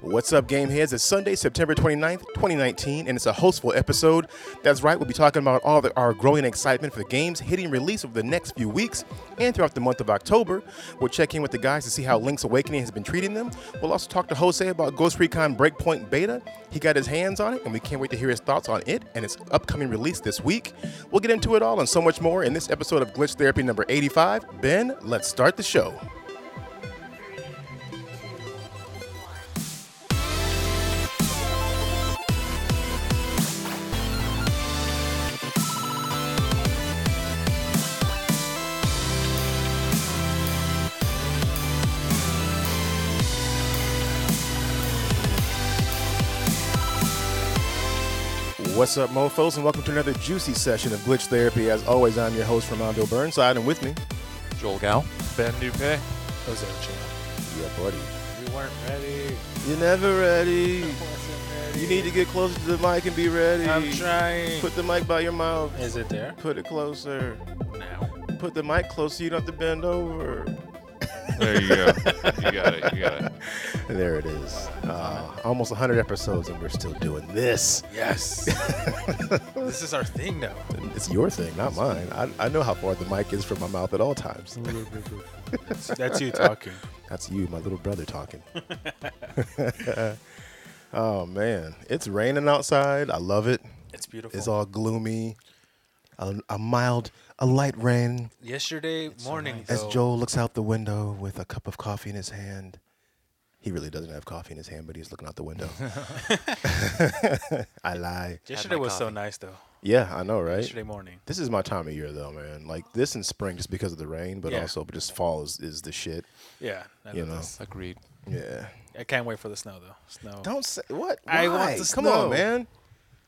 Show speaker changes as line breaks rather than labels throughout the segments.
What's up, game heads? It's Sunday, September 29th, 2019, and it's a hostful episode. That's right, we'll be talking about all the, our growing excitement for the games hitting release over the next few weeks and throughout the month of October. We'll check in with the guys to see how Link's Awakening has been treating them. We'll also talk to Jose about Ghost Recon Breakpoint Beta. He got his hands on it, and we can't wait to hear his thoughts on it and its upcoming release this week. We'll get into it all and so much more in this episode of Glitch Therapy number 85. Ben, let's start the show. What's up, mofos, and welcome to another juicy session of Glitch Therapy. As always, I'm your host, Armando Burnside, and with me,
Joel Gow.
Ben Dupay.
Jose
yeah, buddy.
We weren't ready.
You're never ready.
Wasn't
You need to get closer to the mic and be ready.
I'm trying.
Put the mic by your mouth.
Is it there?
Put it closer.
Now.
Put the mic closer. You don't have to bend over.
There you go. you got it. You got it.
There it is. Uh, almost 100 episodes, and we're still doing this.
Yes. this is our thing now.
And It's your thing, not mine. I, I know how far the mic is from my mouth at all times.
That's you talking.
That's you, my little brother, talking. oh, man. It's raining outside. I love it.
It's beautiful.
It's all gloomy. A, a mild, a light rain.
Yesterday morning,
As
though,
Joel looks out the window with a cup of coffee in his hand, he really doesn't have coffee in his hand, but he's looking out the window. I lie.
yesterday
my
was so
coffee.
nice, though.
Yeah, I know, right?
Yesterday morning.
This is my time of year, though, man. Like this in spring, just because of the rain, but
Yeah.
also just fall is, is the shit.
Yeah. I,
You
love
know.
this.
Agreed.
Yeah.
I can't wait for the snow, though. Snow.
Don't say what.
I want
Why?
the
Come
snow.
on, man.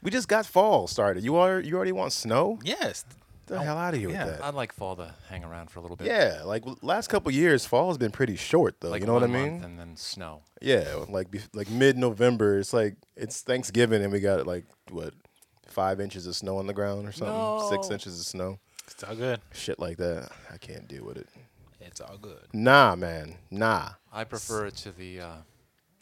We just got fall started. You are you already want snow?
Yes.
Get the hell out of here
yeah,
with that.
I'd like fall to hang around for a little bit.
yeah, like l- last couple years, fall has been pretty short though.
Like
you know what I
one
mean?
month And then snow.
Yeah, like bef- like mid November, it's like it's Thanksgiving and we got like what five inches of snow on the ground or something, six
No.
inches of snow,
It's all good.
shit like that. I can't deal with it.
It's all good.
Nah, man, nah.
I prefer it to the uh,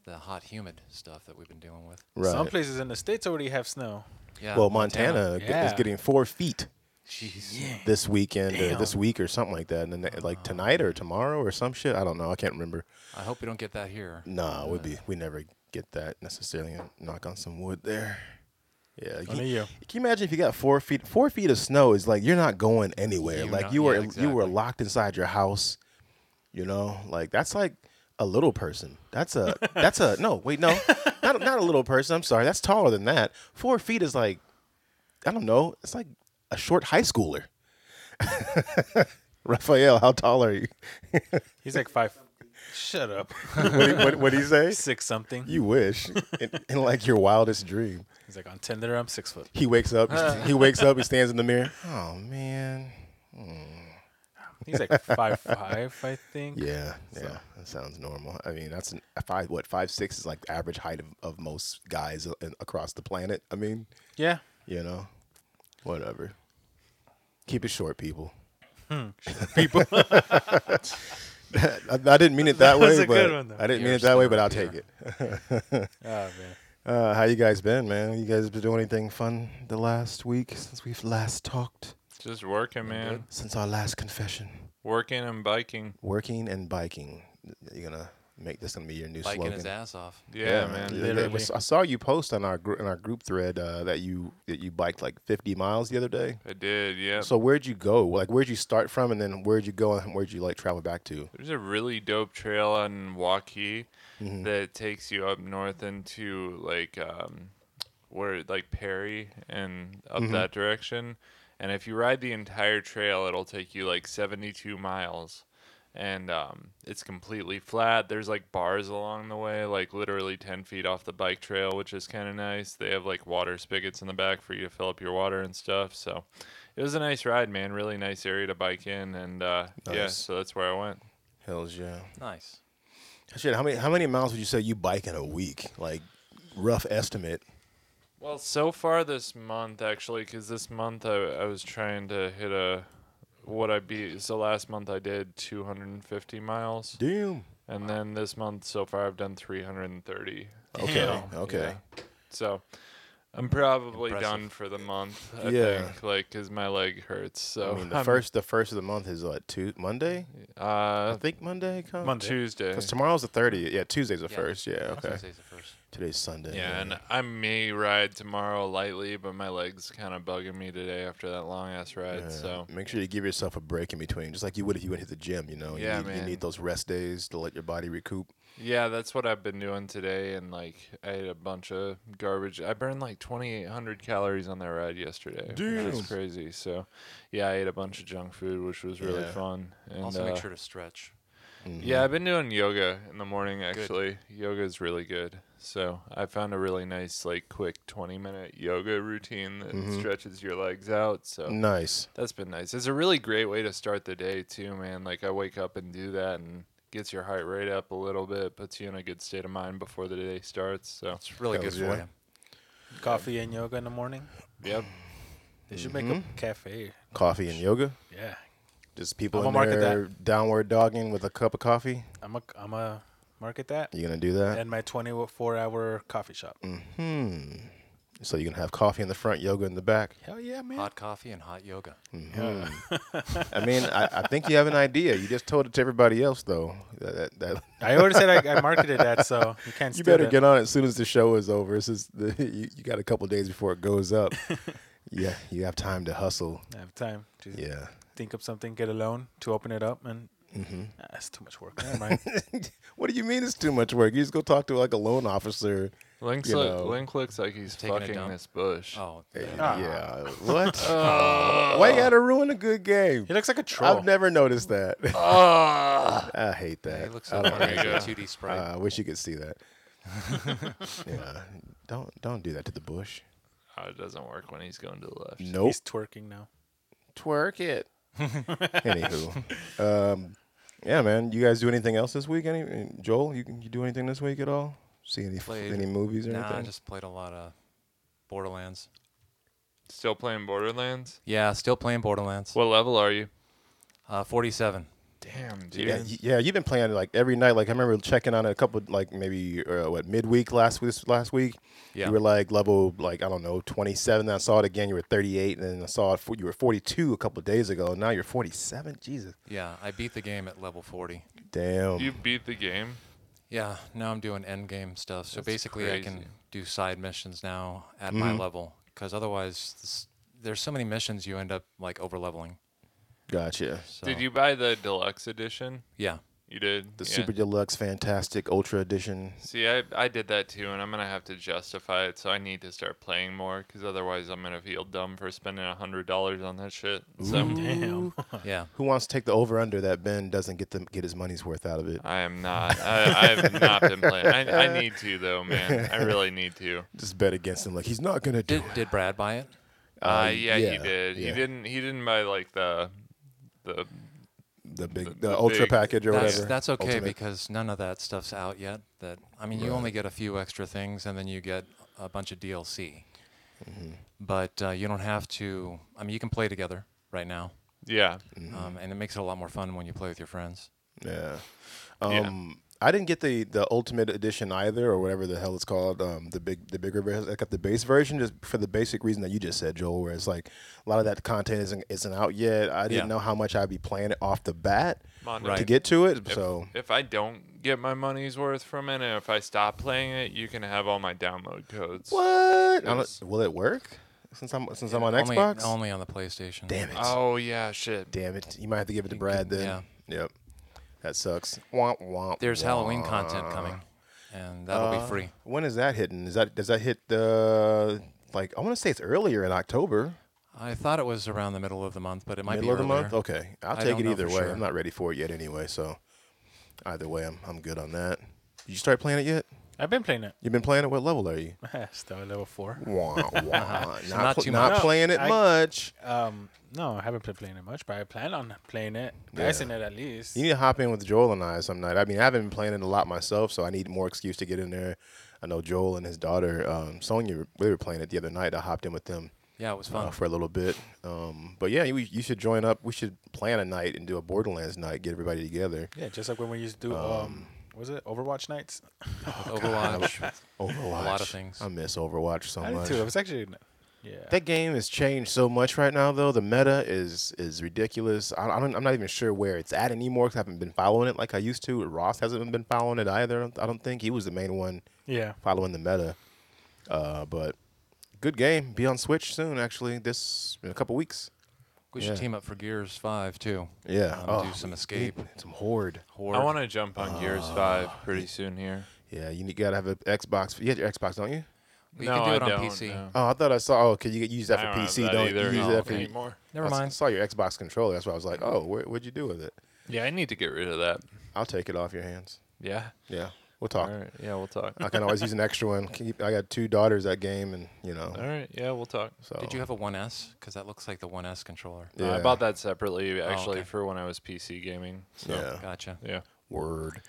the hot, humid stuff that we've been dealing with.
Right.
Some places in the States already have snow.
Yeah.
well, Montana, g- is
Yeah.
getting four feet
Jeez.
Yeah.
this weekend or this
Damn.
week or something like that, and then they- like tonight or tomorrow or some shit. I don't know. I can't remember.
I hope we don't get that here.
Nah, we'd be we never get that necessarily. Knock on some wood there. Yeah,
Only you.
Can you imagine if you got four feet? Four feet of snow is like you're not going anywhere.
You're
like
not-
you were
yeah,
you were
exactly.
locked inside your house. You know, like that's like a little person. That's a that's a no wait no not a- not a little person. I'm sorry. That's taller than that. Four feet is like I don't know. It's like a short high schooler. Raphael, how tall are you?
He's like five. Shut up.
What do you- what what do you say?
six something.
You wish in, in like your wildest dream.
He's like on Tinder. I'm six foot.
He wakes up. He wakes up. He stands in the mirror. Oh man.
He's like five five, I think.
Yeah, yeah, that sounds normal. I mean, that's an, a five. What five six is like the average height of, of most guys a- in, across the planet. I mean,
Yeah.
you know, whatever. Keep it short, people.
Hmm. People.
I, I didn't mean it that,
That was
way,
a good
but
one, though.
I didn't mean
You're
it that way.
smart,
But I'll
yeah.
take it.
Oh man.
Uh, how you guys been, man? You guys been doing anything fun the last week since we've last talked?
Just working, man.
Since our last confession,
Working and biking.
working and biking. You're gonna make this gonna be your new
Biking
slogan.
his ass off.
Yeah, man.
Yeah, that was- I saw you post on our gr- in our group thread uh, that you that you biked like 50 miles the other day.
I did, yeah.
So where'd you go? Like where'd you start from, and then where'd you go, and where'd you like travel back to?
There's a really dope trail on Waukee that takes you up north into like um where like Perry and up that direction. And if you ride the entire trail, it'll take you like 72 miles. And um, it's completely flat. There's like bars along the way, like literally 10 feet off the bike trail, which is kind of nice. They have like water spigots in the back for you to fill up your water and stuff. So it was a nice ride, man. Really nice area to bike in. And uh, yeah,
Nice.
so that's where I went.
Hell's yeah.
Nice.
Shit, how many how many miles would you say you bike in a week? Like rough estimate.
Well, so far this month, actually, because this month I, I was trying to hit a what I beat. So last month I did 250 miles,
Damn.
And then this month so far, I've done 330.
Okay. Okay.
So I'm probably
Impressive.
done for the month. I
Yeah.
think, like, cause my leg hurts. So
I mean, the
I'm-
first the first of the month is what two Monday? I
uh,
think Monday comes.
Monday.
Tuesday.
Because tomorrow's the 30th. Yeah, Tuesday's the
Yeah.
first. Yeah,
I was
okay.
gonna say it's the first.
Today's Sunday.
Yeah, and I may ride tomorrow lightly, but my leg's kind of bugging me today after that long ass ride.
Yeah.
So
make sure you give yourself a break in between, just like you would if you went hit the gym. You know, you,
Yeah,
need, you
man.
need those rest days to let your body recoup.
yeah, that's what I've been doing today, and like I ate a bunch of garbage. I burned like twenty eight hundred calories on that ride yesterday, which
Damn.
is crazy. So yeah, I ate a bunch of junk food, which was really
Yeah.
fun. And,
also,
uh,
make sure to stretch.
Yeah, I've been doing yoga in the morning actually. Yoga is really good. So I found a really nice, like, quick twenty minute yoga routine that
Mm-hmm.
stretches your legs out. So.
Nice.
That's been nice. It's a really great way to start the day too, man. Like I wake up and do that and gets your heart rate up a little bit, puts you in a good state of mind before the day starts. So
It's really
Hells
good for
yeah.
you.
Coffee and yoga in the morning.
Yep.
They should make
Mm-hmm.
a cafe.
Coffee and yoga.
Yeah,
Just people
I'ma
in
market
there downward dogging with a cup of coffee.
I'm a I'm a market that
You gonna do that?
and my 24 hour coffee shop.
Mm. Mm-hmm. So you gonna have coffee in the front, yoga in the back. Mm-hmm.
Hell yeah, man!
Hot coffee and hot yoga.
I mean, I, I think you have an idea. You just told it to everybody else though. That, that, that-
I already said I, I marketed that, so you can't.
you
steal
better
that.
get on it as soon as the show is over. This is the, you, you got a couple days before it goes up. yeah, you have time to hustle.
I have time to
Yeah. mm-hmm.
think of something, get a loan to open it up, and Nah, that's too much work. Never mind.
What do you mean it's too much work? You just go talk to like a loan officer.
Link's
You
look,
know.
Link looks like he's
Taking a
fucking
dump.
this bush.
Oh,
Yeah. Oh. What? Why you gotta ruin a good game?
he looks like a troll.
I've never noticed that. I hate that.
it looks
Ah. I
so
don't Uh,
funny.
like
like
It's
it.
a 2D
I
sprite.
wish you could see that. yeah. Don't don't do that to the bush.
Oh, it doesn't work when he's going to the left.
Nope.
He's twerking now.
Twerk it. Anywho. Um yeah, man. You guys do anything else this week? Any Joel, you you do anything this week at all? See any
Played-
any movies or
Nah, I
anything?
just played a lot of Borderlands.
Still playing Borderlands?
Yeah, still playing Borderlands.
What level are you?
Uh, 47.
Damn, dude.
Yeah, y- yeah, you've been playing like every night. Like I remember checking on it a couple, like maybe uh, what midweek last week. Last week,
Yeah.
you were like level like I don't know twenty seven. Then I saw it again. You were thirty eight, and then I saw it. fo- You were forty two a couple days ago. Now you're forty seven. Jesus,
Yeah, I beat the game at level 40.
damn.
You beat the game?
Yeah, now I'm doing end game stuff. So
That's
basically, I can
crazy.
do side missions now at my
Mm-hmm.
level because otherwise, this, there's so many missions you end up like over leveling.
gotcha.
So,
Did you buy the deluxe edition?
Yeah.
You did?
The
Yeah.
super deluxe, fantastic, ultra edition.
See, I, I did that too, and I'm gonna have to justify it. So I need to start playing more, cause otherwise I'm gonna feel dumb for spending a hundred dollars on that shit. So
Damn.
Yeah.
Who wants to take the over under that Ben doesn't get the get his money's worth out of it?
I am not. I, I've not been playing. I, I need to though, man. I really need to.
Just bet against him. Like he's not gonna do
Did,
it.
did Brad buy it?
Uh,
Uh,
yeah,
yeah,
he did.
yeah.
He didn't. He didn't buy like the, the.
The big, the,
the
ultra
big-
package or
That's,
whatever.
that's okay
Ultimate.
because none of that stuff's out yet. That I mean, you only get a few extra things, and then you get a bunch of DLC.
Mm-hmm.
But uh, you don't have to. I mean, you can play together right now,
Yeah.
Mm-hmm.
um, and it makes it a lot more fun when you play with your friends.
Yeah.
Yeah.
Um, I didn't get the the ultimate edition either, or whatever the hell it's called. Um, the big the bigger version. I got the base version just for the basic reason that you just said, Joel. Where it's like a lot of that content isn't isn't out yet. I didn't
Yeah.
know how much I'd be playing it off the bat
Mondo.
to
Right.
get to it.
If,
so
if I don't get my money's worth from it, and if I stop playing it, you can have all my download codes.
what? I
Yes.
don't- will it work? Since I'm since I'm on
only,
Xbox.
only on the PlayStation.
Damn it!
Oh yeah, shit.
Damn it! You might have to give it to Brad
can-
then. Yep. That sucks. Womp womp.
There's Halloween
womp. Uh,
content coming, and that'll be free.
When is that hitting? Is that does that hit the like? I want to say it's earlier in October.
I thought it was around the middle of the month, but it might
Uh, middle
be
of the month. Oh.
earlier.
Okay, I'll
I
take
don't
it
know
either way.
for sure.
I'm not ready for it yet anyway. So either way, I'm I'm good on that. Did you start playing it yet?
I've been playing it.
You've been playing it. What level are you?
Still at level four.
Wah, wah. not
not
pl-
too
not
much.
playing it
I-
much.
Um, no, I haven't been playing it much, but I plan on playing it, passing it at least.
You need to hop in with Joel and I some night. I mean, I haven't been playing it a lot myself, so I need more excuse to get in there. I know Joel and his daughter um, Sonia. They were playing it the other night. I hopped in with them.
Yeah, it was
uh,
fun.
for a little bit. Um, but yeah, you, you should join up. We should plan a night and do a Borderlands night. Get everybody together.
Yeah, just like when we used to do um, was it Overwatch nights?
Oh,
with Overwatch.
Overwatch.
lot of things.
I miss Overwatch so
I did
much.
too. It was actually yeah.
That game has changed so much right now, though. The meta is is ridiculous. I, I don't, I'm not even sure where it's at anymore because I haven't been following it like I used to. Ross hasn't been following it either. I don't- I don't think he was the main one
yeah.
following the meta. Uh, but good game. Be on Switch soon, actually. This in a couple weeks.
we
Yeah.
should team up for Gears Five too.
Yeah.
Um,
Oh,
do some
we
escape.
need Some horde.
Horde.
I want to jump on Gears Five pretty
Uh,
soon here.
Yeah, you need- gotta have an Xbox. You have your Xbox, don't you?
You
no,
can do it
I
on
don't,
PC.
no.
Oh, I thought I saw. Oh, okay, you use that
I
for
don't have
PC,
that
don't
either.
you? Use
No,
that for
okay.
anymore.
Never
I s-
mind.
saw your Xbox controller. That's why I was like, oh, where, what'd you do with it?
Yeah, I need to get rid of that.
I'll take it off your hands.
Yeah.
Yeah, we'll talk.
All right. Yeah, we'll talk.
I can always use an extra one. Keep- I got two daughters that game, and you know,
All right. Yeah, we'll talk.
so
Did you have a 1S? Because that looks like the 1S controller.
Uh, I
Yeah. Oh,
bought that separately actually
okay.
for when I was PC gaming. So,
yeah,
Gotcha.
yeah.
word.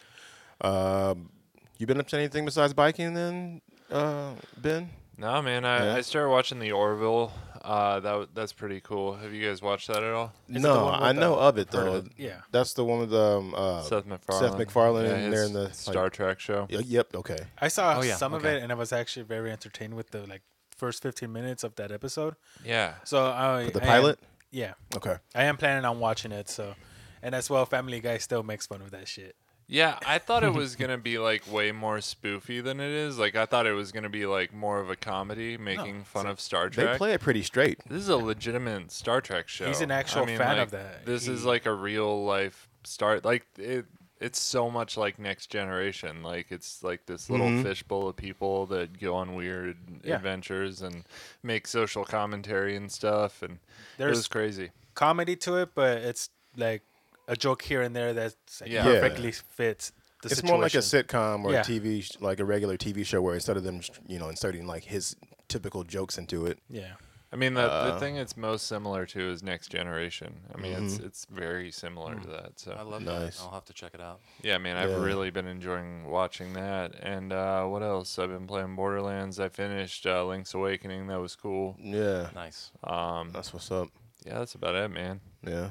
Um, you been up to anything besides biking then, uh, Ben?
No, man, I,
Yeah.
I started watching the Orville. Uh, that w- that's pretty cool. Have you guys watched that at all?
it the
no,
one
I
with
know
the-
of it
heard
though.
of it. Yeah.
that's the one with um, uh,
Seth MacFarlane.
Seth MacFarlane
Yeah,
and they're
his
in the
Star Trek show.
Like, yep, okay.
I saw
Oh, yeah,
some of
okay.
it, and I was actually very entertained with the like first 15 minutes of that episode.
Yeah.
So I
With the
I am-
pilot?
yeah,
Okay.
I am planning on watching it. So, and as well, Family Guy still makes fun of that shit.
Yeah, I thought it was gonna be like way more spoofy than it is. Like I thought it was gonna be like more of a comedy making fun of Star Trek.
They play it pretty straight.
This is a legitimate Star Trek show.
He's an actual fan of that.
This is
He-
like a real life star. Like it, it's so much like Next Generation. Like it's like this little fishbowl of people that go on weird
Yeah.
adventures and make social commentary and stuff. And it
There's-
was crazy.
Comedy to it, but it's like a joke here and there that like,
Yeah.
Yeah.
perfectly fits the
It's
situation.
more like a sitcom or
Yeah.
a TV, sh- like a regular TV show, where instead of them, you know, inserting like his typical jokes into it.
Yeah.
I mean, the, the thing it's most similar to is Next Generation. I mean, it's it's very similar to
Mm.
that. So
I love
Nice.
that. I'll have to check it out.
Yeah, man, I've
Yeah.
really been enjoying watching that. And uh, what else? I've been playing Borderlands. I finished uh, Link's Awakening. That was cool.
Yeah,
Nice.
Um,
that's what's up.
yeah, that's about it, man.
Yeah,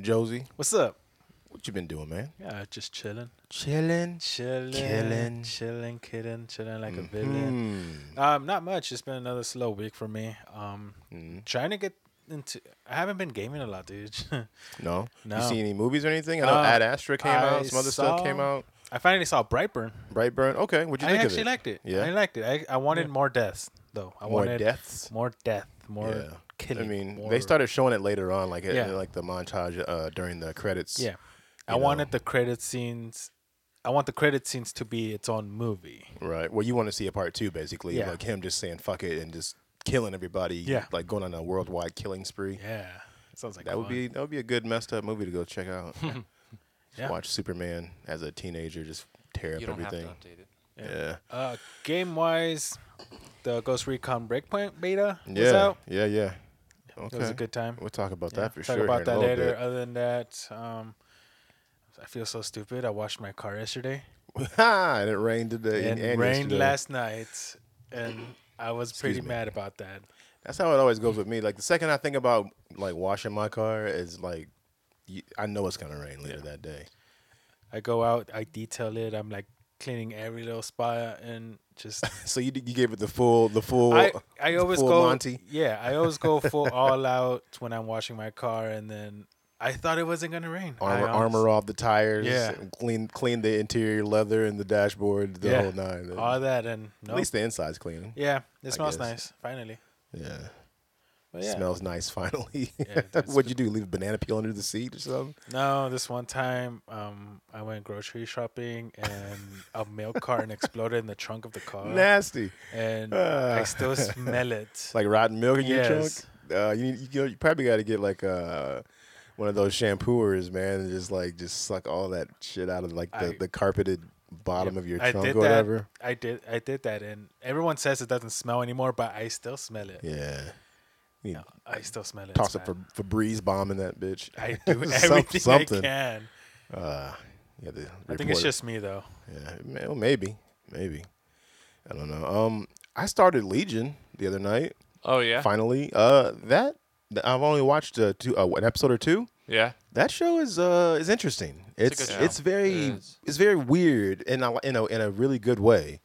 Josie,
What's up?
what you been doing, man?
Yeah, just chilling,
Chilling.
chilling,
Killing.
chilling, kidding, chilling like
Mm-hmm. Hmm.
a villain. Um, not much. It's been another slow week for me. Um,
Hmm.
trying to get into. I haven't been gaming a lot, dude.
No. You
No.
see any movies or anything? I know
Uh,
Ad Astra came
I
out. Some other stuff came
saw-
out.
I finally saw Brightburn.
Brightburn. Okay, what'd you
I
think
actually
of it?
liked it.
Yeah?
I liked it. I, I wanted more deaths, though. I
More
wanted
deaths?
more death, more
yeah.
killing.
I mean,
more-
they started showing it later on, like
Yeah.
uh, like the montage uh, during the credits.
Yeah, I
you
wanted
know.
the credit scenes. I want the credit scenes to be its own movie.
Right. Well, you want to see a part two, basically,
Yeah.
like him just saying "fuck it" and just killing everybody.
Yeah.
Like going on a worldwide killing spree.
Yeah, sounds like
That would
fun.
be that would be a good messed up movie to go check out. Just
Yeah.
Watch Superman as a teenager just tear up
You don't
everything.
have to update it.
Yeah.
Uh, game wise, the Ghost Recon Breakpoint beta was
Yeah.
out.
Yeah. Yeah. Okay.
It was a good time.
We'll talk about
Yeah,
that for
talk
sure. here
about that
in a little
later.
bit.
Other than that, um, I feel so stupid. I washed my car yesterday
and it rained today.
and,
And, and
rained
yesterday.
last night, and I was pretty
me.
mad about that.
That's how it always goes with me. Like the second I think about like washing my car is like, you, I know it's gonna rain later that day.
I go out, I detail it. I'm like cleaning every little spot and just.
So you d- you gave it the full the full.
I, I
the
always
full
go
Monty.
yeah I always go full all out when I'm washing my car and then I thought it wasn't gonna rain I
Armor,
honest-
armor off the tires.
Yeah.
Clean clean the interior leather and the dashboard. The
Yeah.
whole nine.
all that and
At
no
least the inside's clean.
yeah it smells
guess.
nice finally
Yeah.
But yeah.
Smells nice finally.
it's
What'd you do? Leave a banana peel under the seat or something?
No, this one time um, I went grocery shopping and a milk carton exploded in the trunk of the car,
Nasty.
and I
Ah.
still smell it.
Like rotten milk in
Yes.
your trunk. Uh, you, you go- you probably got to get like uh, one of those shampooers, man, and just like just suck all that shit out of like the,
I-
the carpeted bottom of your
I
trunk
did
or
that.
whatever.
I did. I did that, and everyone says it doesn't smell anymore, but I still smell it.
Yeah. You know,
I still smell it.
toss
It's
it for
bad.
for breeze bombing that bitch.
I do
Some-
everything I can.
Uh, yeah, the
I think it's
reporter.
just me though.
Yeah, may- well, maybe, maybe. I don't know. Um, I started Legion the other night.
Oh yeah.
Finally, uh, that th- I've only watched uh, two, uh, an episode or two.
Yeah.
That show is uh is interesting. It's
good
it's,
show.
very
It is.
it's very weird in a, in a in a really good way.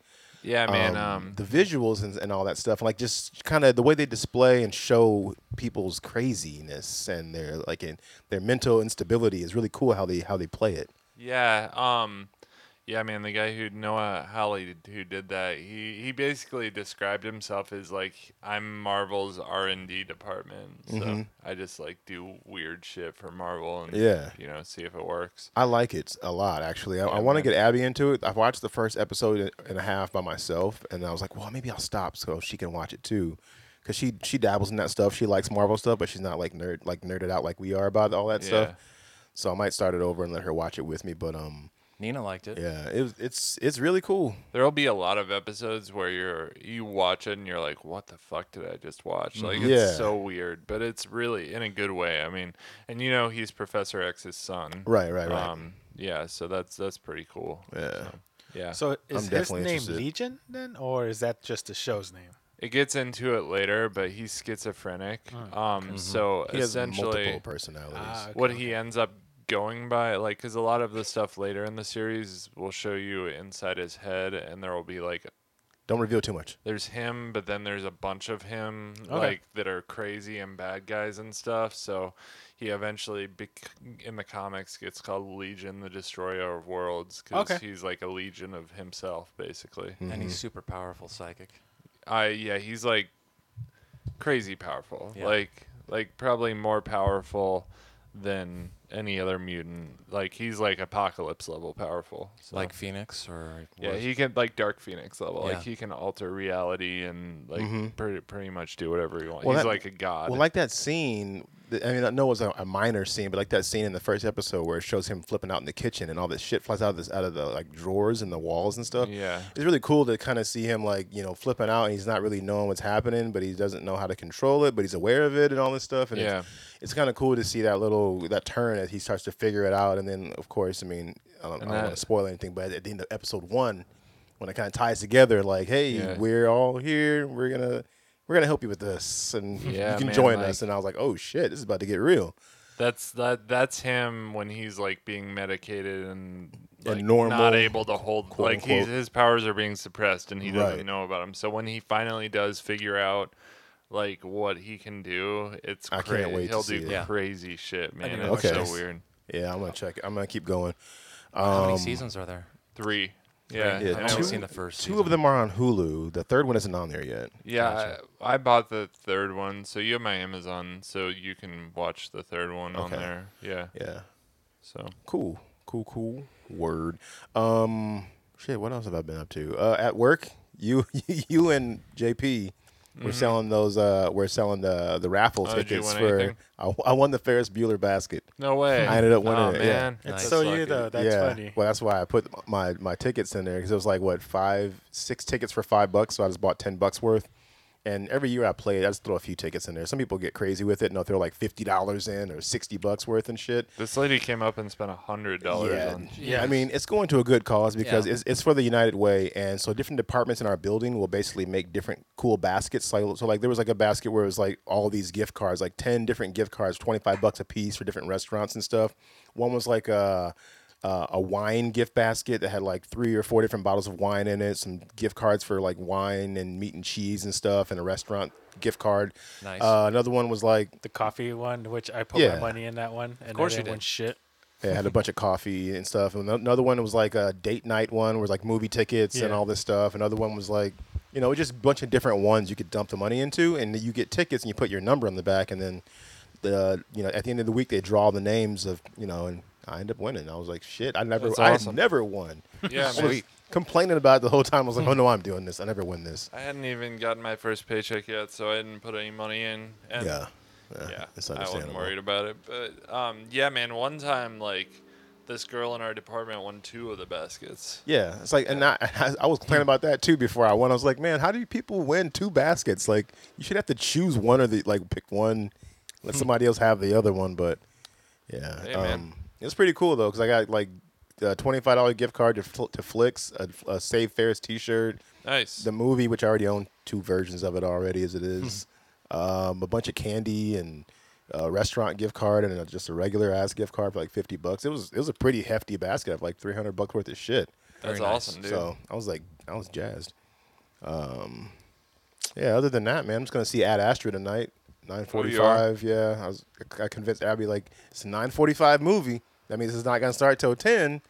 Yeah, man. Um,
the visuals and, and all that stuff, like just kind of the way they display and show people's craziness and their like in, their mental instability is really cool how they how they play it.
yeah. Um, yeah, man. The guy who Noah Hawley who did that, he he basically described himself as like I'm Marvel's R and D department. So I just like do weird shit for Marvel and
Mm-hmm. Yeah.
you know, see if it works.
I like it a lot, actually. I, I want to get Abby into it. I've watched the first episode and a half by myself, and I was like, well, maybe I'll stop so she can watch it too, because she she dabbles in that stuff. She likes Marvel stuff, but she's not like nerd like nerded out like we are about all that
Yeah.
stuff. So I might start it over and let her watch it with me. But um,
Nina liked it.
yeah, it, was- it's it's really cool.
There'll be a lot of episodes where you're you watch it and you're like, "What the fuck did I just watch?"
Mm-hmm.
Like
Yeah.
it's so weird, but it's really in a good way. I mean, and you know he's Professor X's son,
Right, right, right.
Um, yeah, so that's that's pretty cool.
yeah,
Yeah, so
So is his
definitely
name
interested.
Legion then, or is that just the show's name?
it gets into it later, but he's schizophrenic. Um, so
Mm-hmm. he has
essentially,
multiple personalities.
Ah, Oh. okay,
what he ends up going by like because a lot of the stuff later in the series will show you inside his head and there will be like
Don't reveal too much.
there's him, but then there's a bunch of him like that are crazy and bad guys and stuff. So he eventually bec- in the comics gets called Legion, the Destroyer of Worlds, because
Okay.
he's like a legion of himself, basically.
And he's
Mm-hmm.
super powerful psychic.
I yeah, he's like crazy powerful,
Yeah.
like like probably more powerful than any other mutant. Like he's like apocalypse level powerful. So.
Like Phoenix or
Yeah,
was.
he can like Dark Phoenix level.
Yeah.
Like he can alter reality and like pretty pretty much do whatever he wants.
Mm-hmm. Well,
He's
that-
like a god.
Well, like that scene. th- I mean, I know it was a, a minor scene, but like that scene in the first episode where it shows him flipping out in the kitchen and all this shit flies out of this out of the like drawers and the walls and stuff.
Yeah.
it's really cool to kind of see him like you know flipping out and he's not really knowing what's happening, but he doesn't know how to control it, but he's aware of it and all this stuff. And it's, it's kind of cool to see that little that turn as he starts to figure it out. And then of course, I mean, I don't, I
And
don't want to
that-
spoil anything, but at the end of episode one, when it kind of ties together, like, hey,
Yeah.
we're all here, we're gonna. We're gonna help you with this, and
Yeah,
you can
man,
join
like-
us. And I was like, oh shit, this is about to get real.
that's that that's him when he's like being medicated and
And
like
normal,
not able to hold
quote,
like he's,
unquote.
his powers are being suppressed and he doesn't
Right.
know about them. So when he finally does figure out like what he can do, it's
I
crazy.
can't wait to
He'll
see
do
it.
Yeah.
crazy shit, man.
didn't
It's
watch
so
this.
weird.
Yeah, I'm gonna check. it. I'm gonna keep going.
How many
Um,
seasons are there? Oh,
Three.
Yeah,
Yeah. and
I've
it
only
two-
was-
seen the first
Two of
season.
them are on Hulu. The third one isn't on there yet.
Yeah, I, I bought the third one, so you have my Amazon, so you can watch the third one on
Okay.
there. Yeah,
Yeah.
so
Cool. Cool. Cool. Word. Um. Shit. What else have I been up to? Uh, at work, you you and JP. We're selling those. Uh, we're selling the the raffle
Mm-hmm. Oh, did you
tickets
win
for.
anything?
I, I won the Ferris Bueller basket.
no way.
I ended up
oh,
winning it, yeah.
man.
It's
Nice.
so
lucky.
you though. That's
yeah.
funny.
Well, that's why I put my my tickets in there because it was like what five, six tickets for five bucks. So I just bought ten bucks worth. And every year I play, I just throw a few tickets in there. Some people get crazy with it and they'll throw like fifty dollars in or sixty bucks worth and shit.
This lady came up and spent a hundred dollars
Yeah,
on.
yeah. I mean, it's going to a good cause because
Yeah.
it's, it's for the United Way, and so different departments in our building will basically make different cool baskets. Like, so like there was like a basket where it was like all these gift cards, like ten different gift cards, twenty five bucks a piece for different restaurants and stuff. One was like a uh, a wine gift basket that had like three or four different bottles of wine in it, some gift cards for like wine and meat and cheese and stuff, and a restaurant gift card.
Nice.
Uh, another one was like
The coffee one, which I put
Yeah.
my money in that one, and of
course
I
you
didn't win
did.
shit.
it had a bunch of coffee and stuff. And another one was like a date night one, was like movie tickets and
Yeah.
all this stuff. Another one was like, you know, just a bunch of different ones you could dump the money into, and you get tickets and you put your number on the back, and then the you know at the end of the week they draw the names of you know, and I end up winning. I was like, shit, I never,
That's
I
awesome.
never won.
Yeah,
I was
man.
complaining about it the whole time. I was like, oh no, I'm doing this. I never win this.
I hadn't even gotten my first paycheck yet, so I didn't put any money in. And
Yeah,
yeah,
it's
I wasn't
understandable.
worried about it, but um, yeah, man. One time, like this girl in our department won two of the baskets.
Yeah, it's like, and I, I, I was complaining about that too before I won. I was like, man, how do you people win two baskets? Like, you should have to choose one or the like, pick one, let somebody else have the other one. But yeah, um,
Hmm. Hey, man.
it's pretty cool though because I got like a twenty five dollar gift card to Fl- to Flicks, a, a Save Ferris T shirt,
Nice. Hmm.
the movie which I already own two versions of it already as it is. um, a bunch of candy and a restaurant gift card and a, just a regular ass gift card for like 50 bucks. It was it was a pretty hefty basket of like 300 bucks worth of shit.
That's
Very nice.
awesome, dude.
So I was like, I was jazzed. Um, yeah. Other than that, man, I'm just gonna see Ad Astra tonight,
Oh,
9:45. yeah, I was. I convinced Abby like it's a 9:45 movie. That means it's not gonna start till 10.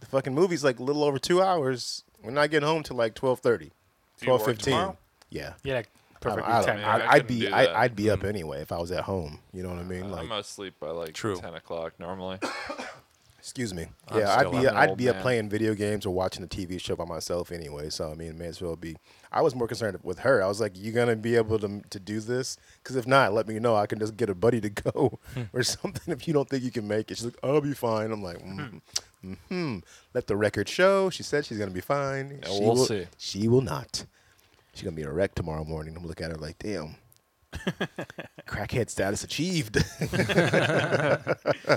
The fucking movie's like a little over two hours. We're not getting home till like 12:30,
Do you work
12:15.
tomorrow?
Yeah.
Yeah, like
I
perfect.
don't- I
time.
don't-
Yeah, I
I'd, I'd
couldn't
be
do that. Mm. Uh,
I, I'd be up anyway if I was at home. You know what I mean? Like,
I'm asleep by like
True.
10 o'clock normally.
excuse me.
I'm
yeah, I'd
still- I'm
be
an
I'd
old
be up
man.
playing video games or watching a TV show by myself anyway. So I mean, may as well be. I was more concerned with her. I was like, "You gonna be able to to do this? Because if not, let me know. I can just get a buddy to go or something. If you don't think you can make it, she's like, "I'll be fine." I'm like, mm, "Hmm." Let the record show. She said she's gonna be fine.
Yeah,
she
we'll
will,
see.
She will not. She's gonna be a wreck tomorrow morning. I'm gonna look at her like, "Damn." Crackhead status achieved.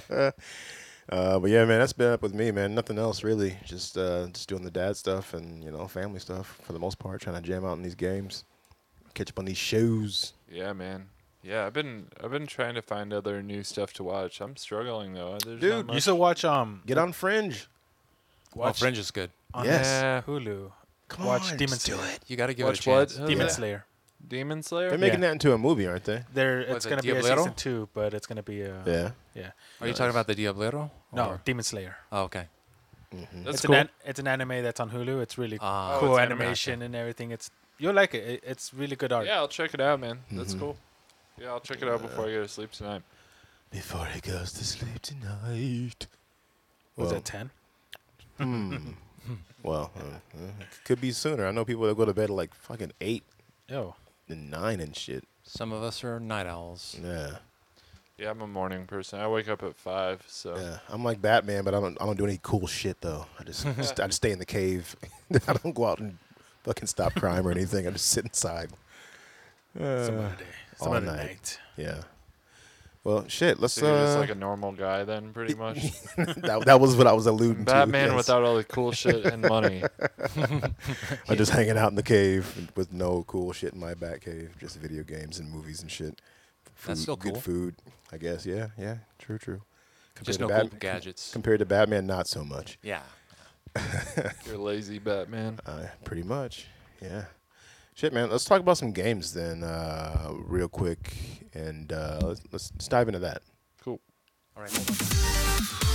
Uh, but yeah, man, that's been up with me, man. Nothing else really. Just uh, just doing the dad stuff and you know family stuff for the most part. Trying to jam out in these games, catch up on these shows.
yeah, man. Yeah, I've been I've been trying to find other new stuff to watch. I'm struggling though. There's
Dude,
not
You
much.
should watch um Oh,
Get on Fringe.
Well,
watch
Fringe is good.
on
Yes.
Yeah.
Hulu.
Come
watch
on,
Demon
just do
Slayer.
it.
You got to give
Watch
it a
what?
chance.
Oh,
Demon
yeah.
Slayer.
Demon Slayer.
They're making
Yeah. Uh-huh.
that into a movie, aren't they?
There, it's
it
gonna be a
Diablero?
season two, but it's gonna be a
Yeah.
yeah.
Are you talking about the Diablero?
No,
or-
Demon Slayer.
Oh, okay.
Mm-hmm.
That's
it's
cool.
an an, it's an anime that's on Hulu. It's really
Ah. Oh,
cool
it's anime.
animation and everything. It's you'll like it. it. It's really good art.
yeah, I'll check it out, man.
Mm-hmm.
That's cool. Yeah, I'll check it out before I go to sleep tonight.
Before he goes to sleep tonight.
Was
Well,
that ten?
Hmm. well, uh, uh, it could be sooner. I know people that go to bed at like fucking eight
Oh,
and nine and shit.
Some of us are night owls.
Yeah.
Yeah, I'm a morning person. I wake up at five, so
Yeah, I'm like Batman, but I don't. I don't do any cool shit though. I just, just- I just stay in the cave. I don't go out and fucking stop crime or anything. I just sit inside.
some other day, some
all
other
night.
night.
Yeah. Well, shit. Let's.
so you're just like
Uh,
a normal guy then, pretty much.
that, that was what I was alluding to.
Batman
yes.
without all the cool shit and money.
I'm just hanging out in the cave with no cool shit in my bat cave, just video games and movies and shit. Food,
That's still
Good
cool.
food, I guess. Yeah, yeah. True, true.
Just no
Compared to Bat-
cool gadgets.
Compared to Batman, not so much.
Yeah.
You're lazy, Batman.
Uh, pretty much, yeah. Shit, man. Let's talk about some games then, uh, real quick, and uh, let's, let's let's dive into that.
Cool.
All right.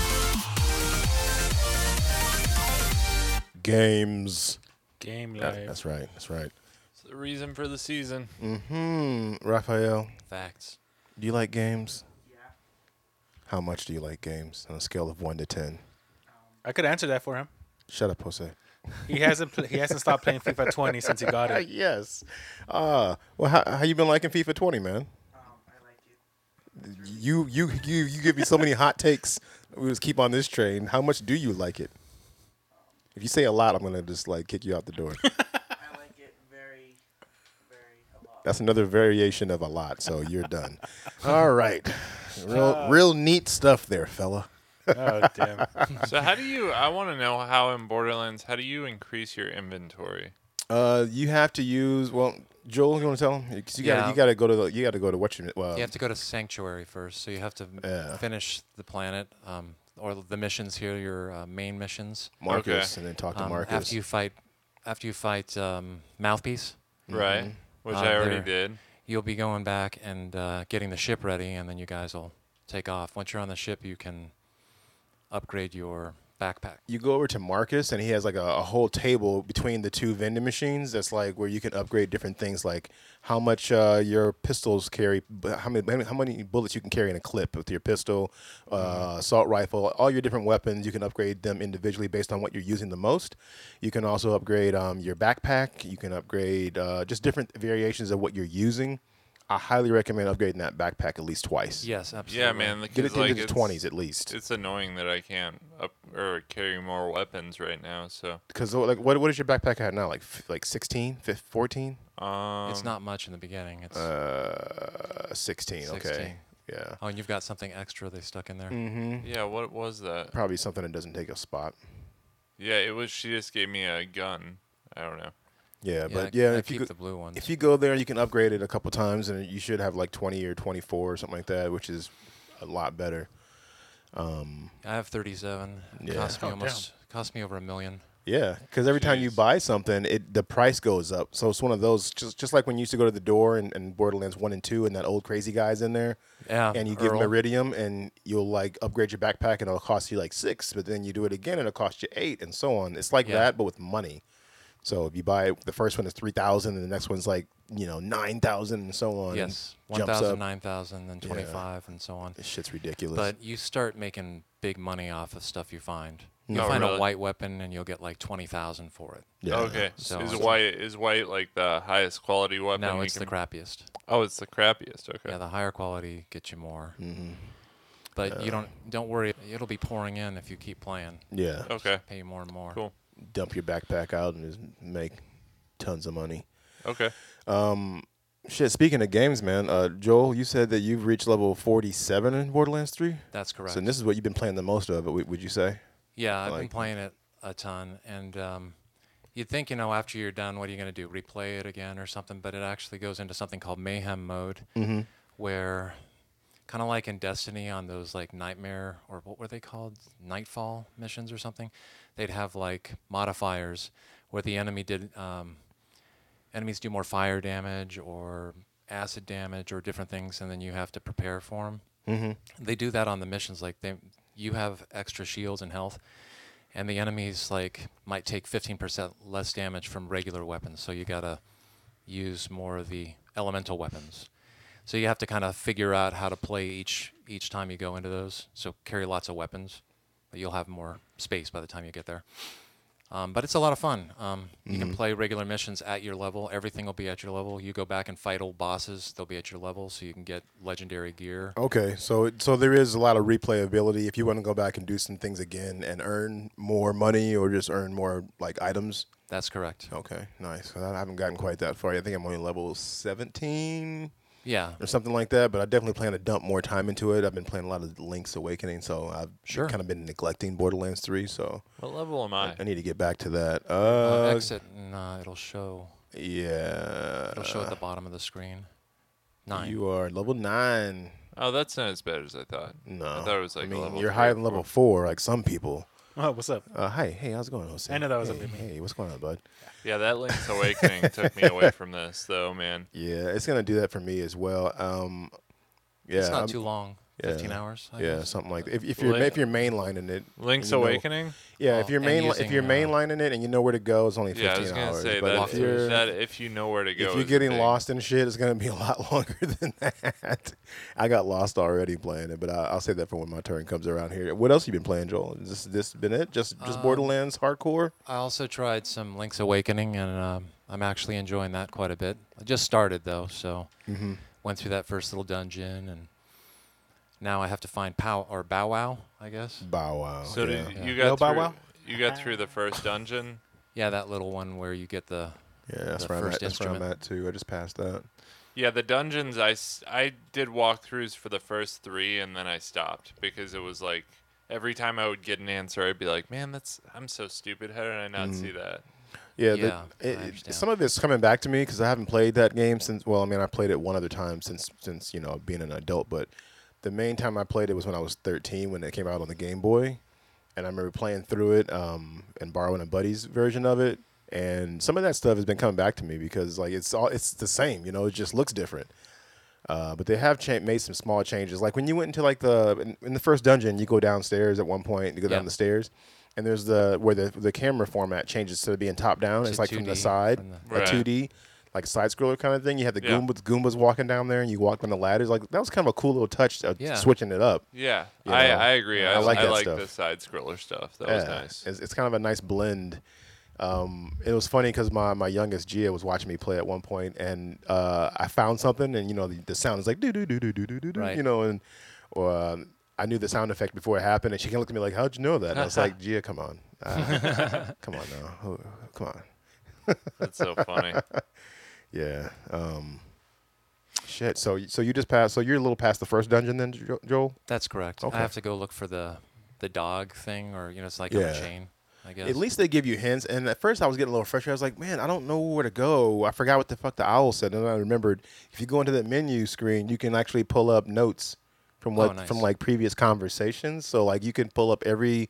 Games.
Game life.
That's right. That's right.
It's the reason for the season.
Hmm. Raphael,
Facts.
do you like games? Yeah. How much do you like games on a scale of one to ten?
I could answer that for him.
Shut up, Jose.
He hasn't pl- he hasn't stopped playing FIFA 20 since he got
Ah,
it.
yes. Uh, well, how, how you been liking FIFA 20, man? You you you you give me so many hot takes. We just keep on this train. How much do you like it? If you say a lot, I'm gonna just like kick you out the door.
I like it very, very a lot.
That's another variation of a lot. So you're done. All right, real
Uh,
real neat stuff there, fella.
Oh damn!
so how do you? I want to know how in Borderlands. How do you increase your inventory?
Uh, you have to use well, Joel. You want to tell him? 'Cause you gotta
Yeah.
you gotta go to the, you gotta go to what you uh,
You have to go to Sanctuary first, so you have to m-
Yeah.
finish the planet um, or the missions here, your uh, main missions.
Marcus
Okay.
and then talk to
Um,
Marcus.
After you fight, after you fight um, Mouthpiece,
Mm-hmm.
Right, which
Uh,
I already
there.
did.
you'll be going back and uh, getting the ship ready, and then you guys will take off. Once you're on the ship, you can upgrade your backpack.
you go over to Marcus and he has like a, a whole table between the two vending machines that's like where you can upgrade different things like how much uh, your pistols carry bu- how many how many bullets you can carry in a clip with your pistol uh,
Mm-hmm.
assault rifle all your different weapons you can upgrade them individually based on what you're using the most you can also upgrade um, your backpack you can upgrade uh, just different variations of what you're using I highly recommend upgrading that backpack at least twice
Yes, absolutely.
Yeah, man.
get it
Because
into
like
the
it's,
20s at least
It's annoying that I can't up or carry more weapons right now. So
because like what, what is your backpack at now like f- like 16 14
um,
It's not much in the beginning. It's
Uh, 16, okay.
16.
Yeah.
oh, and you've got something extra they stuck in there.
Mm-hmm.
Yeah, what was that?
Probably something that doesn't take a spot.
Yeah, it was. She just gave me a gun. I don't know.
Yeah, but
I-
yeah,
I
if you
keep
go,
the blue ones.
if you go there, you can upgrade it a couple times, and you should have like 20 or 24 or something like that, which is a lot better.
I have 37. It
Yeah.
Cost me
Oh,
almost cost me over a million.
Yeah, because every time you
Jeez.
buy something, it the price goes up. So it's one of those just just like when you used to go to the door and, and Borderlands one and two, and that old crazy guy's in there,
Yeah,
and you give
Earl.
him iridium, and you'll like upgrade your backpack, and it'll cost you like six, but then you do it again, and it'll cost you eight, and so on. It's like
Yeah.
that, but with money. So if you buy the first one is three thousand, and the next one's like you know nine thousand, and so on.
Yes,
jumps
1,000,
up.
9,000, then 25, and so on.
This shit's ridiculous.
But you start making big money off of stuff you find. You'll
Oh,
find
really?
a white weapon and you'll get like 20,000 for it.
yeah.
Okay.
So-
is white is white like the highest quality weapon?
No,
you
it's the
can-
crappiest.
Oh, it's the crappiest. Okay.
Yeah, the higher quality gets you more.
Mm-hmm.
But you don't don't worry, it'll be pouring in if you keep playing.
Yeah.
okay.
Pay you more and more.
Cool.
Dump your backpack out and just make tons of money.
Okay.
Shit, speaking of games, man, uh, Joel, you said that you've reached level 47 in Borderlands 3?
That's correct.
So this is what you've been playing the most of, w- would you say?
yeah, I've been
like-
playing it a ton and um, you'd think, you know, after you're done, what are you going to do? Replay it again or something, but it actually goes into something called mayhem mode where kind of like in Destiny on those like nightmare or what were they called? Nightfall missions or something. They'd have like modifiers where the enemy did um, enemies do more fire damage or acid damage or different things, and then you have to prepare for them. Mm-hmm. They do that on the missions. Like they, you have extra shields and health, and the enemies like might take 15% less damage from regular weapons. So you gotta use more of the elemental weapons. So you have to kind of figure out how to play each each time you go into those. So carry lots of weapons, but you'll have more space by the time you get there. Um, but it's a lot of fun. Um, You can play regular missions at your level. Everything will be at your level. You go back and fight old bosses; they'll be at your level, so you can get legendary gear.
Okay, so so there is a lot of replayability if you want to go back and do some things again and earn more money or just earn more like items.
That's correct.
Okay, nice. I haven't gotten quite that far. yet. I think I'm only level 17
Yeah,
or something like that, but I definitely plan to dump more time into it. I've been playing a lot of Link's Awakening, so I've
Sure.
kind of been neglecting Borderlands 3, so
What level am I?
I need to get back to that. Uh,
uh, exit and uh, it'll show.
Yeah.
It'll show at the bottom of the screen. Nine.
Uh, You are level nine.
Oh, that's not as bad as I thought.
No,
I thought it was like
I mean,
level
you're
three
higher
or
than level four, like some people.
Oh, what's up?
Uh, hi, hey, how's it going, Jose?
I know that was a
hey,
bit mean.
Hey, what's going on, bud?
Yeah, that Link's Awakening took me away from this, though, man.
Yeah, it's gonna do that for me as well. Um, yeah,
it's not
I'm-
too long.
yeah.
Fifteen hours. I
Yeah,
guess.
something like that. if if you're
Link-
if you're mainlining it,
Link's
you know-
Awakening.
yeah, if
Oh,
you're
and
main if
using,
you're
uh,
mainlining it and you know where to go, it's only fifteen
Yeah, I was gonna
hours.
say
but
that
if
if,
you're
walkthroughs.
that if you know where to go.
if
is
you're
the
getting
thing.
lost in shit, it's gonna be a lot longer than that. I got lost already playing it, but I, I'll say that for when my turn comes around here. What else you been playing, Joel? Is this this been it? Just
Um,
just Borderlands hardcore?
I also tried some Link's Awakening, and um, I'm actually enjoying that quite a bit. I just started though, so
mm-hmm.
went through that first little dungeon, and now I have to find Pow or Bow Wow, I guess.
Bow Wow.
So
yeah.
did you
Yeah.
got
No Bow
through,
Wow?
you got through the first dungeon.
Yeah, that little one where you get the
yeah, that's
the
where I'm at.
first
That's where I'm
instrument.
at too. I just passed that.
Yeah, the dungeons. I s- I did walkthroughs for the first three, and then I stopped because it was like every time I would get an answer, I'd be like, "Man, that's I'm so stupid. How did I not
Mm-hmm.
see that?"
Yeah,
Yeah, I
the, it- it,
understand.
some of it's coming back to me because I haven't played that game since. Well, I mean, I played it one other time since since you know being an adult, but the main time I played it was when I was 13 when it came out on the Game Boy, and I remember playing through it um, and borrowing a buddy's version of it, and some of that stuff has been coming back to me because like it's all it's the same, you know, it just looks different. Uh, but they have cha- made some small changes. Like when you went into like the in, in the first dungeon, you go downstairs at one point. You go down
Yeah.
the stairs, and there's the where the the camera format changes to being top down.
To
It's like from the
2D,
side,
from the-
a
Right.
2D like side scroller kind of thing. You had the
Yeah.
Goombas, Goombas walking down there, and you walked on the ladders. Like that was kind of a cool little touch, of
Yeah.
switching it up.
Yeah,
You
I,
know,
I agree.
I
I,
like
I
that
like
stuff.
the side scroller stuff. That was nice.
It's, it's kind of a nice blend. Um, it was funny because my, my youngest Gia was watching me play at one point, and uh, I found something, and you know the, the sound is like do do do do do do do,
Right.
you know, and or um, I knew the sound effect before it happened, and she looked at me like, "How'd you know that?" And I was like, "Gia, come on, uh, come on now, Who- come on."
That's so funny.
Yeah. Um, shit. So y- so you just passed. So you're a little past the first dungeon then, Jo- Joel.
That's correct.
Okay.
I have to go look for the the dog thing, or you know, it's like on
Yeah.
a chain. I I guess.
At least they give you hints. And at first, I was getting a little frustrated. I was like, man, I don't know where to go. I forgot what the fuck the owl said. And then I remembered if you go into that menu screen, you can actually pull up notes from what
Oh, nice.
from like previous conversations. So like you can pull up every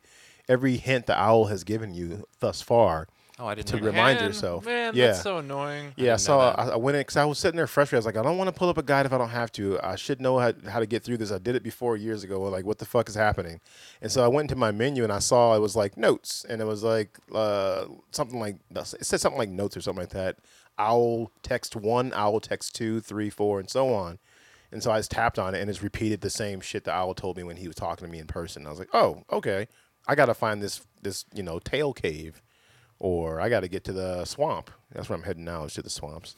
every hint the owl has given you thus far.
Oh, I didn't
to
know that.
remind
Man,
yourself.
Man,
yeah.
that's so annoying.
yeah, uh, I
didn't know
saw.
that.
I, I went in because I was sitting there frustrated. I was like, I don't want to pull up a guide if I don't have to. I should know how, how to get through this. I did it before years ago. Like, what the fuck is happening? And so I went into my menu and I saw it was like notes, and it was like uh, something like it said something like notes or something like that. Owl text one, owl text two, three, four, and so on. And so I just tapped on it, and it's repeated the same shit that Owl told me when he was talking to me in person. I was like, oh, okay, I gotta find this this you know tail cave, or I gotta get to the swamp. That's where I'm heading now is to the swamps.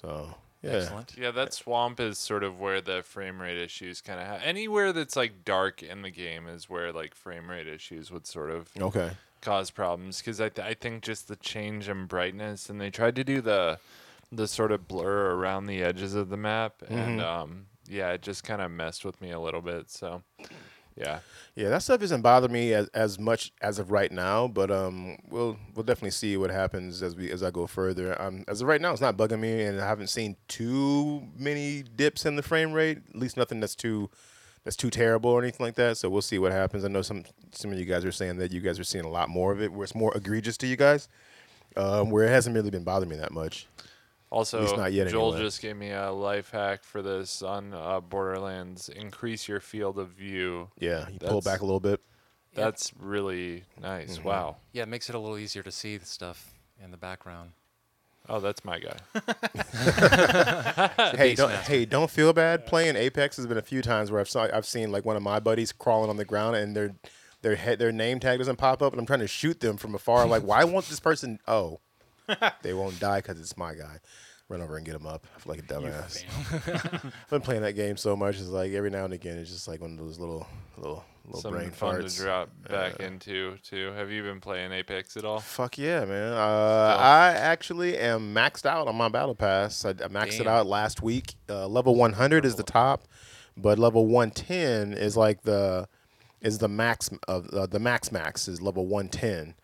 So yeah,
Excellent.
Yeah, that swamp is sort of where the frame rate issues kind of ha Anywhere that's like dark in the game is where like frame rate issues would sort of
okay,
cause problems because I, th- I think just the change in brightness and they tried to do the the sort of blur around the edges of the map
Mm-hmm.
and um yeah it just kind of messed with me a little bit so yeah
yeah, that stuff doesn't bother me as, as much as of right now, but um, we'll we'll definitely see what happens as we as I go further. Um, as of right now, it's not bugging me, and I haven't seen too many dips in the frame rate. At least nothing that's too that's too terrible or anything like that. So we'll see what happens. I know some some of you guys are saying that you guys are seeing a lot more of it, where it's more egregious to you guys, um, where it hasn't really been bothering me that much.
also
least not yet,
joel
anyway.
just gave me a life hack for this on uh, borderlands increase your field of view
Yeah, you pull
That's-
back a little bit.
that's really nice
Mm-hmm.
wow
Yeah, it makes it a little easier to see the stuff in the background.
oh that's my guy
Hey,
beast
don't
master.
hey, don't feel bad. Playing Apex has been a few times where I've saw, I've seen like one of my buddies crawling on the ground and their their head their name tag doesn't pop up, and I'm trying to shoot them from afar. like, why won't this person? Oh, they won't die because it's my guy. Run over and get him up. I feel like a dumbass. I've been playing that game so much. It's like every now and again, it's just like one of those little little little
something
brain
fun
farts. Uh,
to drop back into too have you been playing apex at all
Fuck yeah, man. Uh, I actually am maxed out on my battle pass. I, I maxed it
Damn.
out last week. Uh, level 100 is the top, but level 110 is like the is the max of uh, the max max is level 110.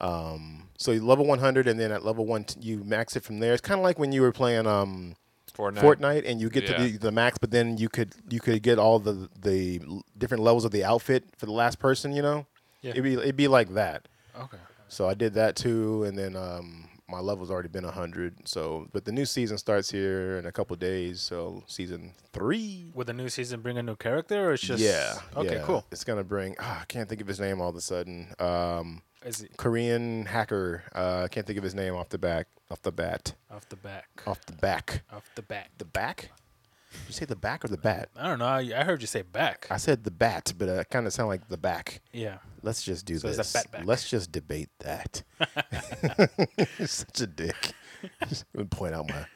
Um, so you level 100 and then at level 1 you max it from there. It's kind of like when you were playing um
Fortnite.
Fortnite and you get
Yeah.
to the, the max, but then you could you could get all the the l- different levels of the outfit for the last person, you know?
Yeah.
It'd be it'd be like that.
Okay.
So I did that too, and then um, my level's already been hundred. So, but the new season starts here in a couple days. So season three.
Would the new season bring a new character or it's just
yeah.
Okay,
yeah.
cool.
It's gonna bring. ah, I can't think of his name all of a sudden. Um,
Is it
Korean hacker. Uh, I can't think of his name off the back. Off the bat.
off the back?
Off the back.
Off the back.
The back. Did you say the back or the bat?
I don't know. I, I heard you say back.
I said the bat, but it kind of sound like the back.
yeah.
Let's just do
So it's a
this.
fat back.
Let's just debate that. You're such a dick. Just gonna point out my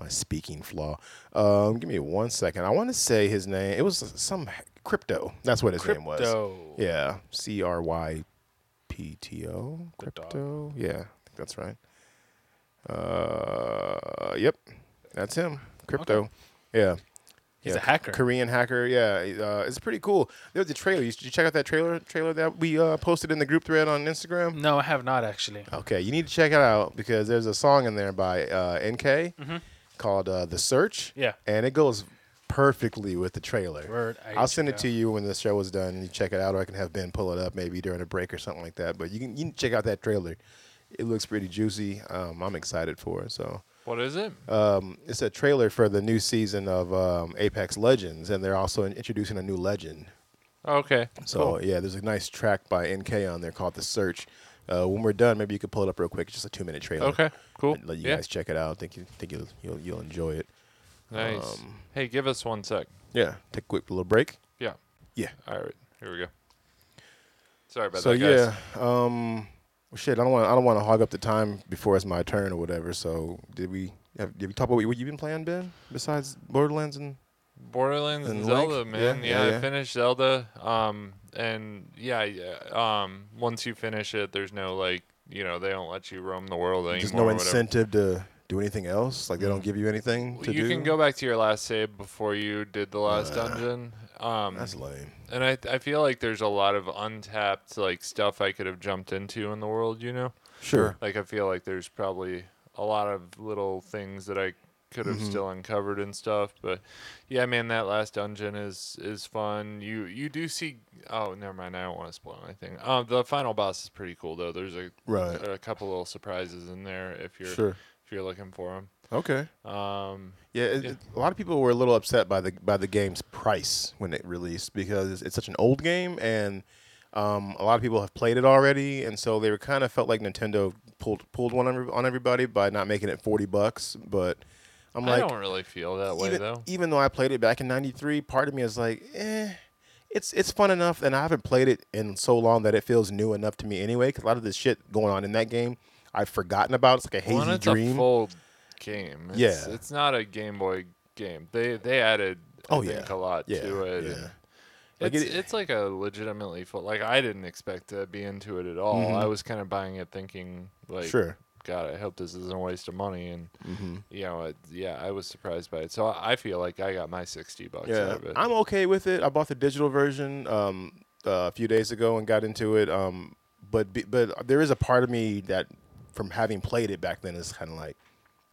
my speaking flaw. Um, give me one second. I want to say his name. It was some crypto. That's what his name was.
Crypto.
Yeah, C R Y P T O.
The dog.
Crypto. Yeah, I think that's right. Uh, yep, that's him. Crypto. Yeah.
He's
Yeah,
a hacker.
Korean hacker. Yeah, uh, it's pretty cool. There was a trailer. You, did you check out that trailer? Trailer that we uh, posted in the group thread on Instagram.
No, I have not actually.
Okay, you need to check it out because there's a song in there by uh, NK called uh, "The Search."
Mm-hmm. Yeah.
and it goes perfectly with the trailer.
Word, I
I'll
check
send
it
it to
out.
you when the show is done. and You check it out, or I can have Ben pull it up maybe during a break or something like that. But you can you can check out that trailer. It looks pretty juicy. Um, I'm excited for it. So
what is it
Uh, um, it's a trailer for the new season of um, Apex Legends, and they're also introducing a new legend.
okay
So yeah, there's a nice track by NK on there called "The Search." Uh, when we're done, maybe you could pull it up real quick. It's just a two-minute trailer.
Okay, cool.
I'd let you
Yeah.
guys check it out. Think you think you'll you'll, you'll enjoy it.
Nice.
Um,
hey, give us one sec.
Yeah, take a quick little break.
Yeah.
Yeah.
All right. Here we go. Sorry about
so
that, guys.
yeah, um, well, shit. I don't want I don't want to hog up the time before it's my turn or whatever. So did we have, did we talk about what you've been playing, Ben? Besides Borderlands and
Borderlands and,
And Link?
Zelda,
Yeah,
man.
yeah,
Yeah,
yeah.
I finished Zelda. Um, and yeah, yeah, um, once you finish it, there's no like, you know, they don't let you roam the world anymore.
there's no
or whatever.
incentive to do anything else? Like they don't give Mm. you anything to
you
do?
can go back to your last save before you did the last dungeon. Um,
That's lame.
and I, I feel like there's a lot of untapped like stuff I could have jumped into in the world. You know,
Sure.
like I feel like there's probably a lot of little things that I could
Mm-hmm.
have still uncovered and stuff. But yeah, man, that last dungeon is is fun. You you do see. Oh, never mind. I don't want to spoil anything. Um, the final boss is pretty cool though. There's a
Right.
a couple little surprises in there if you're
Sure.
if you're looking for them.
Okay.
Um,
Yeah, it,
Yeah.
it- a lot of people were a little upset by the by the game's price when it released because it's, it's such an old game and um, a lot of people have played it already, and so they were kind of felt like Nintendo pulled pulled one on, every- on everybody by not making it forty bucks. But I'm
I
like,
don't really feel that way
even,
though.
even though I played it back in '93, part of me is like, eh, it's it's fun enough, and I haven't played it in so long that it feels new enough to me anyway. Because a lot of the shit going on in that game, I've forgotten about. It's like a hazy
Well, and it's
dream.
a full game. It's,
Yeah.
it's not a Game Boy game. They they added I
Oh,
think,
yeah.
a lot
Yeah,
to it.
yeah.
and
Like,
it's
it-
it's like a legitimately full. Like I didn't expect to be into it at all. I was kind of buying it thinking like
Mm-hmm. Sure. Mm-hmm.
God, I hope this isn't a waste of money. And you know, it, yeah, I was surprised by it. So I I feel like I got my sixty bucks out
Yeah,
of it.
I'm okay with it. I bought the digital version um, uh, a few days ago and got into it. Um, but be- but there is a part of me that, from having played it back then, is kind of like,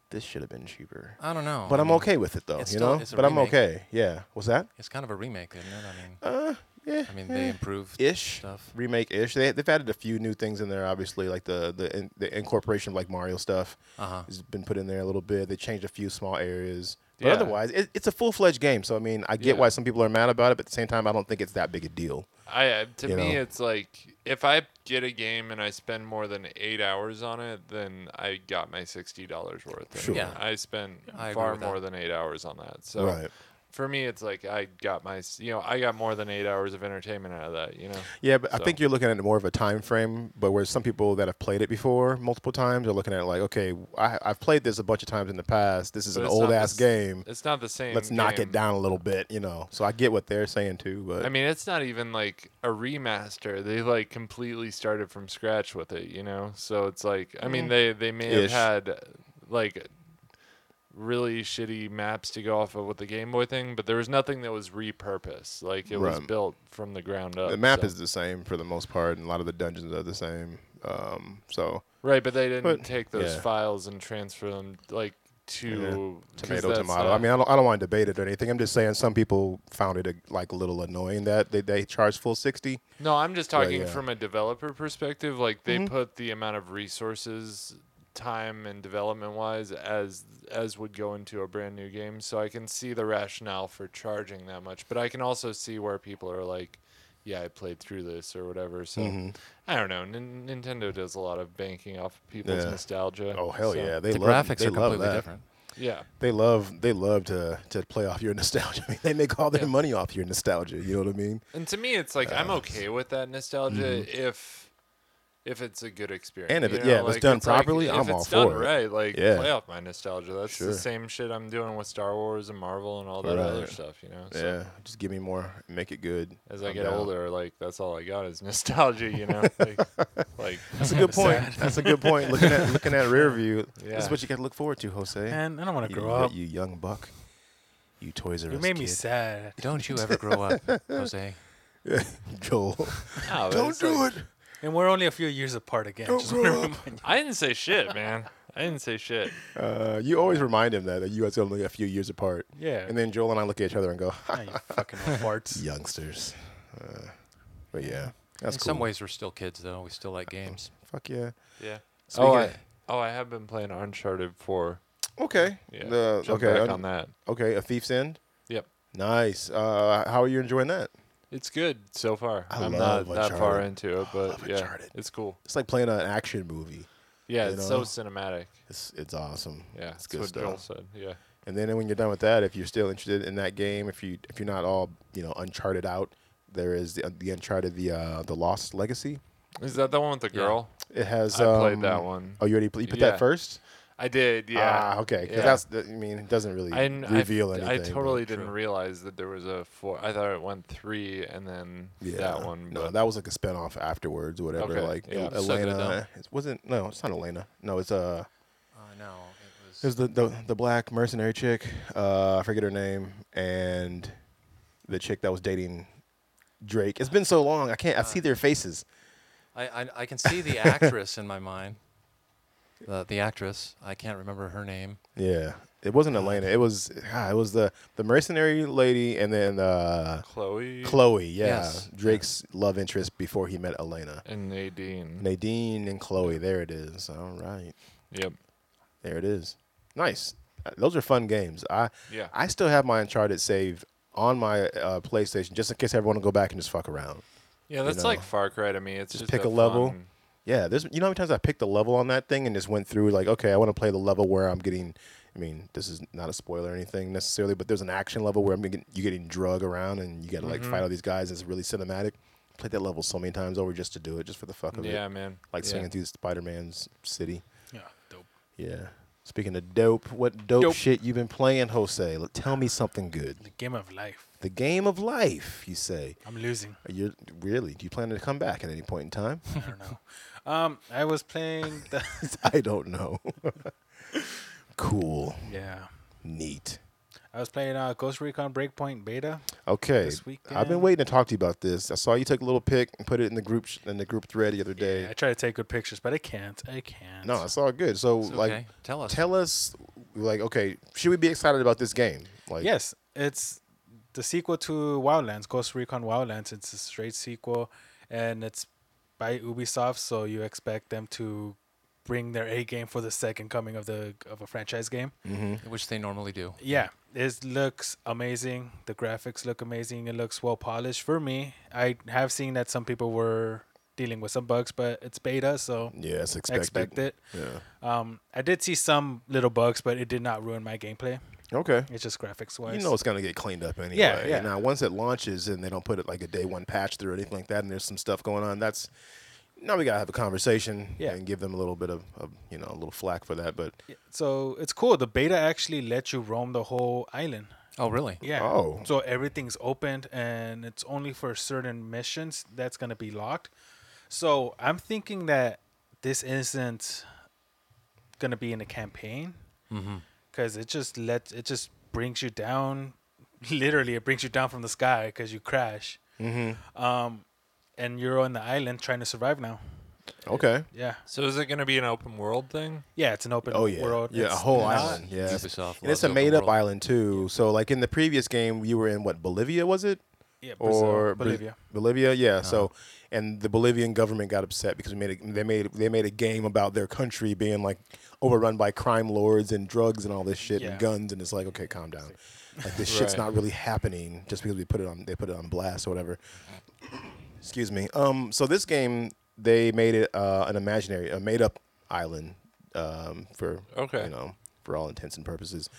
this should have been cheaper.
I don't know.
But
I
I'm
mean,
okay with it though, you
it's still-
know.
it's a
But I'm
remake.
okay. Yeah. What's that?
It's kind of a remake, isn't it? I mean,
Uh, yeah.
I mean they improved
ish
stuff.
remake ish. They they've added a few new things in there. Obviously, like the the in, the incorporation of like Mario stuff
Uh-huh.
has been put in there a little bit. They changed a few small areas. But
Yeah.
otherwise, it, it's a full fledged game. So I mean, I get
Yeah.
why some people are mad about it, but at the same time, I don't think it's that big a deal.
I uh, to
You
me
know?
it's like if I get a game and I spend more than eight hours on it, then I got my sixty dollars worth. And
Sure.
Yeah.
I spent
I agree
far
with
more
that.
than eight hours on that. So
Right.
for me, it's like I got my s- you know I got more than eight hours of entertainment out of that. You know.
Yeah, but I
So-
think you're looking at it more of a time frame. But where some people that have played it before multiple times are looking at it like, okay, I, I've played this a bunch of times in the past. This is
But
an
it's not
old
the
ass
s-
game.
It's not the same.
Let's knock it
game.
down a little bit, you know. So I get what they're saying too, but
I mean, it's not even like a remaster. They like completely started from scratch with it, you know. So it's like, I mean, they they may
Ish.
have had like really shitty maps to go off of with the Game Boy thing, but there was nothing that was repurposed. Like it was
Right.
built from the ground up.
the map
so-
is the same for the most part, and a lot of the dungeons are the same. Um, so
right, but they didn't
but-
take those
yeah.
files and transfer them like to 'cause
tomato,
that's uh,
tomato.
not-
I mean, I don't, I don't want to debate it or anything. I'm just saying some people found it a, like a little annoying that they, they charge full sixty.
No, I'm just
Right,
talking
yeah.
from a developer perspective. Like they put the amount of resources, time, and development wise as as would go into a brand new game. So I can see the rationale for charging that much, but I can also see where people are like, "Yeah, I played through this or whatever." So
Mm-hmm.
I don't know. Nin Nintendo does a lot of banking off people's
Yeah.
nostalgia.
Oh hell
so-
yeah, they
the
love,
graphics
they
are
love
completely
that.
different.
Yeah.
They love they love to to play off your nostalgia. I mean, they make all their
Yeah.
money off your nostalgia. You know what I mean?
And to me, it's like I'm
Um,
okay with that nostalgia if if it's a good experience.
mm-hmm. And if
you
it-
know,
yeah, if it's
like,
done
like,
properly,
if
I'm
it's
all
done
for it.
Right, like
Yeah.
play off my nostalgia. That's
Sure.
the same shit I'm doing with Star Wars and Marvel and all that other
Right.
stuff. You know, so
yeah, just give me more, make it good.
as I
I'm
get
down.
older, like that's all I got is nostalgia. You know, like, like
That's a good point. That's a good point. Looking at looking at rear view, this
Yeah.
is what you got to look forward to, Jose.
Man, I don't want to
you,
grow
you-
up. You,
you young buck. You Toys R Us
made me
kid.
sad.
Don't you ever grow up, Jose?
Joel.
no, but it's like-
it.
And we're only a few years apart again.
Don't
Just
grow
wanna
up.
remind
I didn't say shit, man. I didn't say shit.
Uh, you always remind him that, that you guys are only a few years apart.
you. Yeah.
And then Joel and I look at each other and go,
Ah, you fucking old farts.
youngsters. Uh, but yeah, that's
In
cool.
some ways, we're still kids, though. We still like games.
Fuck yeah.
Yeah.
Speaking
oh,
of-
I, oh, I have been playing Uncharted 4.
Okay.
Yeah.
The-
Jump
okay.
back
un-
on that.
Okay. A Thief's End.
Yep.
Nice. Uh, how are you enjoying that?
It's good so far.
I
am
love
not that far
Uncharted.
into it, but
love
yeah,
Uncharted.
it's cool.
It's like playing an action movie.
Yeah,
You
it's
know?
so cinematic.
It's it's awesome.
Yeah,
it's
that's
good
what Joel
stuff.
said. Yeah,
And then when you're done with that, if you're still interested in that game, if you if you're not all you know uncharted out, there is the, the Uncharted the uh, the Lost Legacy.
is that the one with the
Yeah.
girl?
It has.
I played
um,
that one.
Oh, you already pl- you put
Yeah.
that first?
I did. Yeah.
Ah, okay. Because
yeah.
that's the, I mean, it doesn't really
I, n- I f-
reveal anything.
I
but-
totally didn't realize that there was a four. I thought it went three and then
Yeah.
that one.
No,
but-
that was like a spinoff afterwards, or whatever.
Okay,
Like
yeah.
El-
Suck it
Elena.
up.
It wasn't. No, it's not Elena. No, it's uh.
Uh, no, it was.
There's
was.
the, the the black mercenary chick. Uh, I forget her name, and the chick that was dating Drake. It's been so long. I can't. I see their faces.
I, I, I can see the actress in my mind. The, the actress. I can't remember her name.
Yeah, it
Uh.
wasn't Elena. It was ah, it was the the mercenary lady, and then uh,
Chloe
Chloe. Yeah,
Yes.
Drake's love interest before he met Elena.
and Nadine.
Nadine and Chloe. There it is. All right.
yep.
There it is. Nice. Uh, Those are fun games. I
Yeah.
I still have my Uncharted save on my uh, PlayStation just in case I ever want to go back and just fuck around.
Yeah, that's
know,
like Far Cry to me. It's
just
just,
pick a level.
fun-
Yeah, there's you know how many times I picked the level on that thing and just went through like, okay, I want to play the level where I'm getting. I mean, this is not a spoiler or anything necessarily, but there's an action level where I'm getting, you're getting drug around and you got to like fight all these guys. It's really cinematic. Played that level so many times over just to do it, just for the fuck of it.
Yeah, man.
Like
yeah.
swinging through Spider-Man's city.
Yeah, dope.
Yeah. Speaking of dope, what dope,
Dope.
shit you been playing, Jose? Let- Tell me something good.
The game of life.
The game of life, you say.
I'm losing.
Are you really? Do you plan to come back at any point in time?
I don't know. Um, I was playing the
I don't know. cool.
yeah.
Neat.
I was playing uh, Ghost Recon Breakpoint beta.
Okay.
This
I've been
weekend-
waiting to talk to you about this. I saw you took a little pic and put it in the group sh- in the group thread the other day.
I try to take good pictures, but I can't. I can't.
no, it's all good. So
It's
like
okay. Tell us.
tell us like okay, should we be excited about this game? Like
yes, it's the sequel to Wildlands, Ghost Recon Wildlands. It's a straight sequel, and it's by Ubisoft, so you expect them to bring their A game for the second coming of the of a franchise game.
mm-hmm.
which they normally do.
Yeah, it looks amazing. The graphics look amazing. It looks well polished for me. I have seen that some people were dealing with some bugs, but it's beta, so
Yeah, it's
I
expected.
expect it.
Yeah.
Um, I did see some little bugs, but it did not ruin my gameplay.
Okay.
It's just graphics wise.
You know it's gonna get cleaned up anyway.
yeah.
Now once it launches and they don't put it like a day one patch through or anything like that, and there's some stuff going on, that's now we gotta have a conversation
Yeah.
and give them a little bit of, of you know a little flack for that. But
so it's cool. The beta actually lets you roam the whole island.
Oh, really?
Yeah.
Oh.
So everything's opened and it's only for certain missions that's going to be locked. So I'm thinking that this isn't going to be in a campaign
Mm-hmm.
because it just lets it just brings you down. Literally, it brings you down from the sky because you crash. Mm-hmm. Um, and you're on the island trying to survive now.
okay.
Yeah.
So is it going to be an open world thing?
Yeah. It's an open
Oh yeah.
world.
Yeah, a
It's
whole
not-
island. Yeah. It's-
Ubisoft
And it's
loves
a
open
made up
world.
island too. So like in the previous game you were in what, Bolivia was it?
Yeah. Brazil,
Or Bra-
Bolivia. Uh-huh.
Bolivia, yeah. So and the Bolivian government got upset because we made a, they made they made a game about their country being like overrun by crime lords and drugs and all this shit
Yeah.
and guns and it's like okay, calm down. Like this shit's
Right.
not really happening just because we put it on they put it on blast or whatever. Excuse me. Um so this game they made it uh, an imaginary a made up island um for
Okay.
you know for all intents and purposes.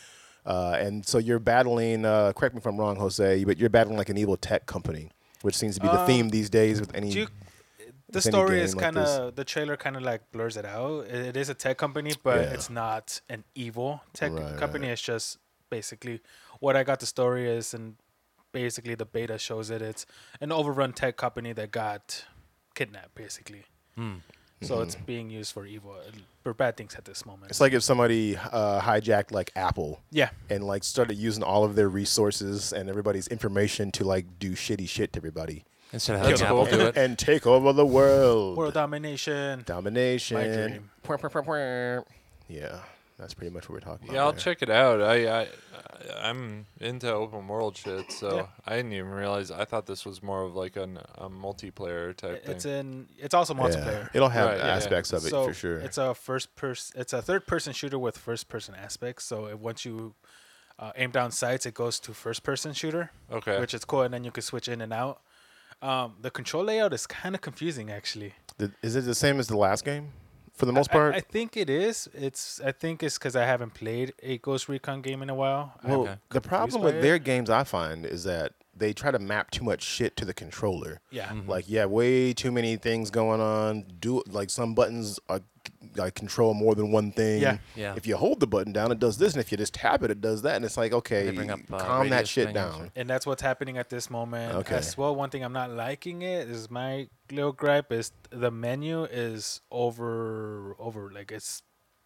Uh, and so you're battling. Uh, correct me if I'm wrong, Jose, but you're battling like an evil tech company, which seems to be the theme these days with any.
Um, Do you, the
with any
story is
game like
kind
this.
of the trailer kind of like blurs it out. It, it is a tech company, but
Yeah.
it's not an evil tech
Right,
company.
right.
It's just basically what I got the story is, and basically the beta shows it. It's an overrun tech company that got kidnapped, basically. So it's being used for evil for bad things at this moment.
Mm-hmm. it's like if somebody uh, hijacked like Apple
yeah,
and like started using all of their resources and everybody's information to like do shitty shit to everybody
Instead of having
Typical.
Apple do it.
and take over the world.
world domination.
Domination.
My dream.
Pwah, pwah, pwah, pwah. Yeah, that's pretty much what we're talking
Yeah, I'll
about. there.
check it out. I, I I'm into open world shit, so I didn't even realize. I thought this was more of like an, a multiplayer type
It's
thing.
in. It's also multiplayer.
Yeah, it'll have
Right, yeah, yeah.
aspects of it
so
for sure.
It's a first person. It's a third person shooter with first person aspects. So it, once you uh, aim down sights, it goes to first person shooter.
Okay.
Which is cool, and then you can switch in and out. Um, the control layout is kind of confusing, actually.
Th- Is it the same as the last game? For the most
I-
part,
I, think it is. It's. I think it's because I haven't played a Ghost Recon game in a while. I-
Well,
Okay.
the problem
by
with
it.
their games, I find, is that they try to map too much shit to the controller.
yeah.
Like, yeah, way too many things going on. Do like some buttons are, like control more than one thing.
Yeah.
Yeah.
If you hold the button down, it does this, and if you just tap it, it does that, and it's like, okay,
They bring up, uh,
calm that
radius
shit
things
down.
and that's what's happening at this moment
Okay.
as well. One thing I'm not liking it is my little gripe is the menu is over over like it's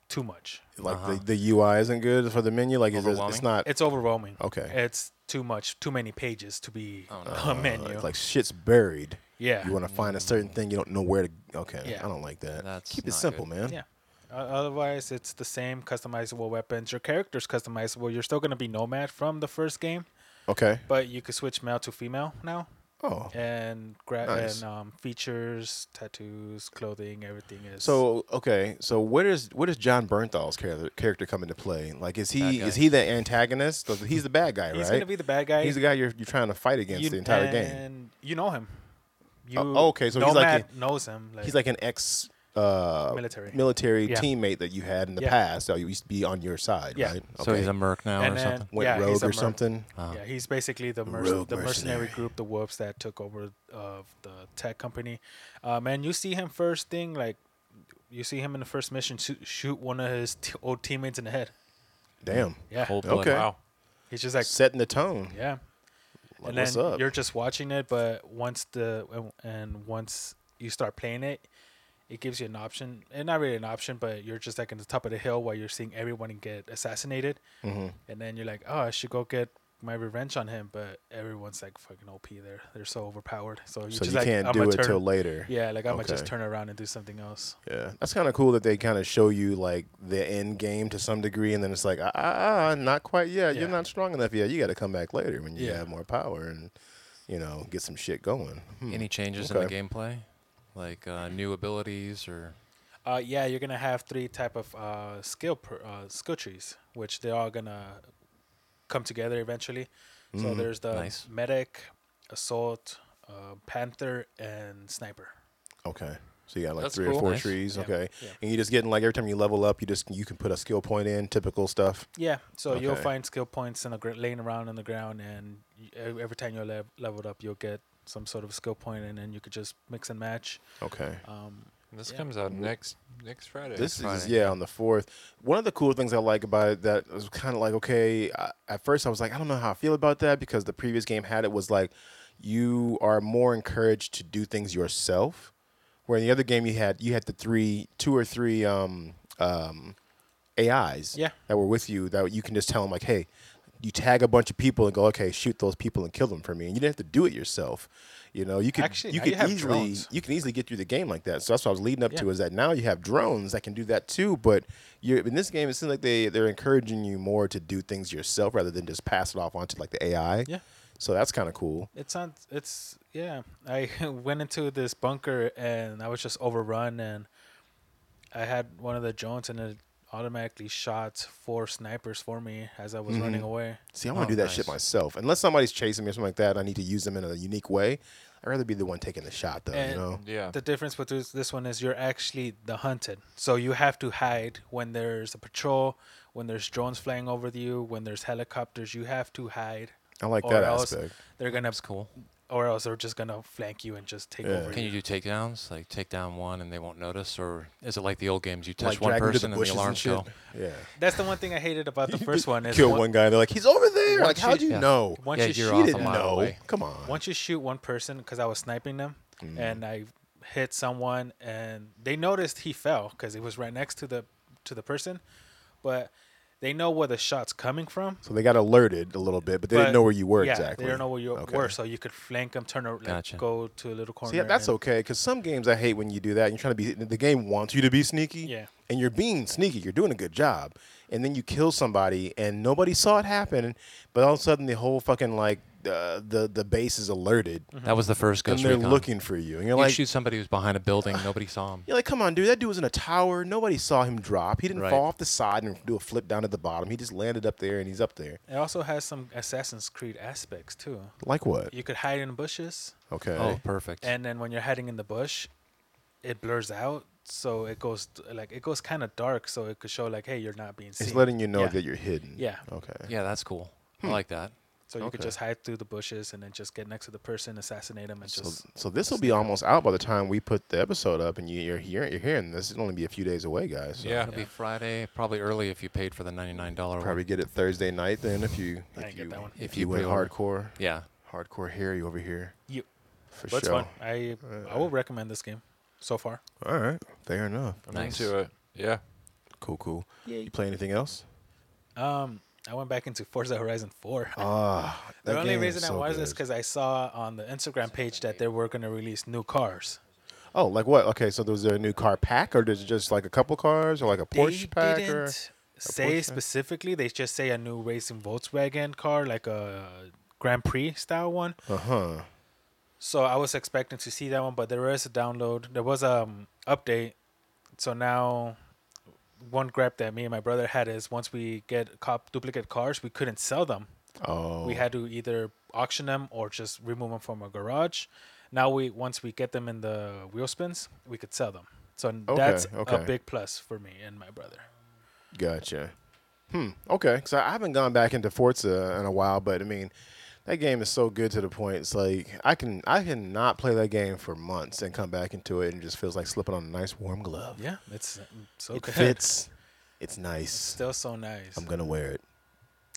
too much.
Like the, the UI isn't good for the menu. Like it's, it's
Uh-huh. Overwhelming?
not.
It's overwhelming.
Okay.
It's too much, too many pages to be a menu.
It's uh, like shit's buried.
Yeah.
You want to find a certain thing you don't know where to. Okay.
Yeah.
I don't like that.
Mm. That's
Keep it
not
simple,
good.
man.
yeah. O- Otherwise, it's the same customizable weapons. Your character's customizable. You're still gonna be nomad from the first game,
Okay.
but you could switch male to female now,
Oh.
and gra-
Nice.
and um, features, tattoos, clothing, everything is
So okay, so where does where does John Bernthal's character character come into play? Like, is he
guy.
is he the antagonist? So He's the bad guy,
He's
right?
gonna be the bad guy.
He's the guy you're you're trying to fight against
You-
the entire game.
And you know him. You
Oh, okay, so he's like
Nomad
a-
knows him. Like,
He's like an ex uh,
Military.
military
Yeah.
teammate that you had in the
Yeah.
past. So you used to be on your side,
Yeah.
right?
So he's a merc now
And
or
then-
something.
went
yeah, he's
rogue
a
or
merc.
something.
Uh-huh.
yeah, he's basically the merc-
Rogue
the mercenary
mercenary.
group, the wolves that took over of the tech company. Um, and you see him first thing like you see him in the first mission shoot, shoot one of his t- old teammates in the head.
Damn,
Yeah,
Cold blood.
Okay.
Wow.
he's just like
setting the tone.
yeah.
Like,
and
what's
then
up?
you're just watching it, but once the and- and once you start playing it, it gives you an option, and not really an option, but you're just like in the top of the hill while you're seeing everyone get assassinated,
Mm-hmm.
and then you're like, oh, I should go get my revenge on him, but everyone's like fucking OP there. They're so overpowered, so you're
so
just
you
like,
can't
I'm
do
gonna
it
turn,
till later.
Yeah, like I'm gonna just
Okay.
turn around and do something else.
Yeah, that's kind of cool that they kind of show you like the end game to some degree, and then it's like, ah, ah, ah, not quite yet.
Yeah.
You're not strong enough yet. You got to come back later when you
Yeah.
have more power and you know get some shit going. Hmm.
Any changes in the gameplay, like uh, new abilities or?
Uh, yeah, you're gonna have three type of uh, skill per, uh, skill trees, which they're all gonna come together eventually.
Hmm. Mm-hmm.
So there's the
Nice.
medic, assault, uh, panther, and sniper.
Okay, so you got like
That's
three or
cool.
four
Nice.
trees.
Yeah.
Okay,
Yeah.
and you just getting like every time you level up, you just you can put a skill point in. Typical stuff.
Yeah, so you'll
Okay.
find skill points in the gr- laying around on the ground, and you, ev- every time you're lev- leveled up, you'll get some sort of skill point, and then you could just mix and match.
Okay.
Um,
This
Yeah.
comes out next next Friday.
This is
Friday.
yeah on the fourth. One of the cool things I like about it that was kind of like okay. I, at first I was like I don't know how I feel about that because the previous game had it was like you are more encouraged to do things yourself, where in the other game you had you had the three two or three um um AIs
Yeah.
that were with you that you can just tell them like hey you tag a bunch of people and go okay shoot those people and kill them for me and you didn't have to do it yourself. You know, you could
Actually,
you
now
could
you have
easily
drones.
you can easily get through the game like that. So that's what I was leading up
Yeah.
to is that now you have drones that can do that too. But you're, in this game, it seems like they they're encouraging you more to do things yourself rather than just pass it off onto like the AI.
Yeah.
So that's kind of cool.
It's on. It's yeah. I went into this bunker and I was just overrun, and I had one of the drones and it automatically shot four snipers for me as I was running away.
See, I want
Oh,
to do that shit
nice.
myself. Unless somebody's chasing me or something like that, I need to use them in a unique way. I'd rather be the one taking the shot though. you
And-
know.
yeah.
The difference with this, this one is you're actually the hunted, so you have to hide when there's a patrol, when there's drones flying over you, when there's helicopters. You have to hide.
I like
or
that
else
aspect.
They're gonna,
That's cool.
or else they're just gonna flank you and just take
Yeah.
over.
Can you do takedowns? Like take down one and they won't notice, or is it like the old games? You
like
touch one
drag me to
person and the
bushes
alarms
shit.
go.
Yeah.
That's the one thing I hated about the first one. Is
Kill
one-
one guy. They're like, he's over there.
once
Like, how'd
you-
you
yeah.
know?
Once
Yeah,
you
you're
shoot
You
off a
didn't
mile
know.
away.
Come on.
once you shoot one person because i was sniping them
Mm.
and i hit someone and they noticed he fell because he was right next to the to the person but they know where the shot's coming from
So they got alerted a little bit, but they
but-
didn't know where you were
yeah,
exactly.
they don't know where you
Okay.
were so you could flank them turn or like,
Gotcha.
go to a little corner
See, yeah, that's
and-
okay. Because some games I hate when you do that. You're trying to be. The game wants you to be sneaky.
Yeah.
And you're being sneaky. You're doing a good job. And then you kill somebody, and nobody saw it happen. But all of a sudden, the whole fucking like uh, the the base is alerted,
Mm-hmm.
That was the first
and
Ghost
they're
Recon.
looking for you. And you're
You
like,
shoot somebody who's behind a building, nobody saw him.
you're like, come on, dude. That dude was in a tower. Nobody saw him drop. He didn't
Right.
fall off the side and do a flip down at the bottom. He just landed up there, and he's up there.
it also has some assassin's creed aspects too
Like what?
you could hide in bushes
Okay.
Oh, perfect.
and then when you're hiding in the bush it blurs out so it goes like it goes kind of dark so it could show like hey you're not being seen
It's letting you know
Yeah.
that you're hidden.
Yeah.
Okay.
yeah, that's cool. I
Hmm.
like that.
So you could
Okay.
just hide through the bushes and then just get next to the person, assassinate him, and just
So, so this will be almost out by the time we put the episode up, and you, you're hearing you're hearing this. It'll only be a few days away, guys. So
yeah.
It'll be Friday, probably early if you paid for the ninety-nine dollar
probably get it Thursday night then if you
I
if
didn't get
you,
that one.
if
If
you
you
went
pre-order.
hardcore
Yeah,
hardcore Harry over here
you.
for
That's
sure. Uh,
fun. I I will recommend this game so far.
All right, fair enough.
I'm
nice.
into it. Yeah.
Cool, cool. You play anything else?
Um, I went back into Forza Horizon 4.
Ah,
the
that
only
game is
reason I
so
was is
good.
because I saw on the Instagram page that they were going to release new cars.
Oh, like what? Okay, so there was a new car pack, or there's just like a couple cars, or like a Porsche
they
pack,
didn't
or
say
Porsche?
specifically. They just say a new racing Volkswagen car, like a Grand Prix style one.
uh huh.
So I was expecting to see that one, but there is a download. There was um update. So now, one gripe that me and my brother had is once we get cop duplicate cars, we couldn't sell them.
Oh,
We had to either auction them or just remove them from a garage. Now we once we get them in the wheel spins, we could sell them. So that's
okay.
a big plus for me and my brother.
Gotcha. Hmm. Okay. Because I I haven't gone back into Forza in a while, but I mean, that game is so good to the point. It's like I can I can not play that game for months and come back into it and it just feels like slipping on a nice warm glove.
Yeah, it's mm, so
It
good.
fits. It's nice.
Still so nice.
I'm gonna wear it.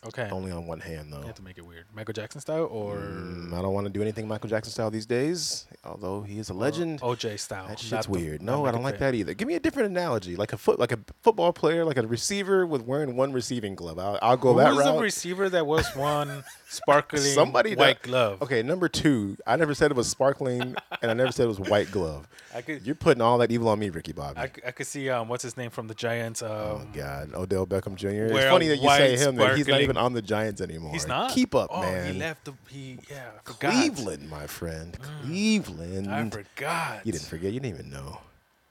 okay.
Only on one hand though.
You have to make it weird. Michael Jackson style or
Mm, I don't want to do anything Michael Jackson style these days. Although he is a legend.
OJ style.
That shit's
Oh, not the-
weird.
not
No, I
Michael
don't like
Jackson.
that either. Give me a different analogy, like a foot, like a football player, like a receiver with wearing one receiving glove. I'll, I'll go
Who
that
was
route.
the receiver that was one sparkling
Somebody
white
that,
glove?
Okay, number two. I never said it was sparkling, and I never said it was white glove.
I could,
You're putting all that evil on me, Ricky Bobby.
I, c- I could see um, what's his name from the Giants. Um,
oh God, Odell Beckham Jr. It's
Wear a
funny that you say
white
him that he's not
sparkling-
even on the Giants anymore.
he's not.
Keep up,
oh,
man.
He left the he. Yeah, I forgot.
Cleveland, my friend. Cleveland.
I forgot.
You didn't forget. You didn't even know.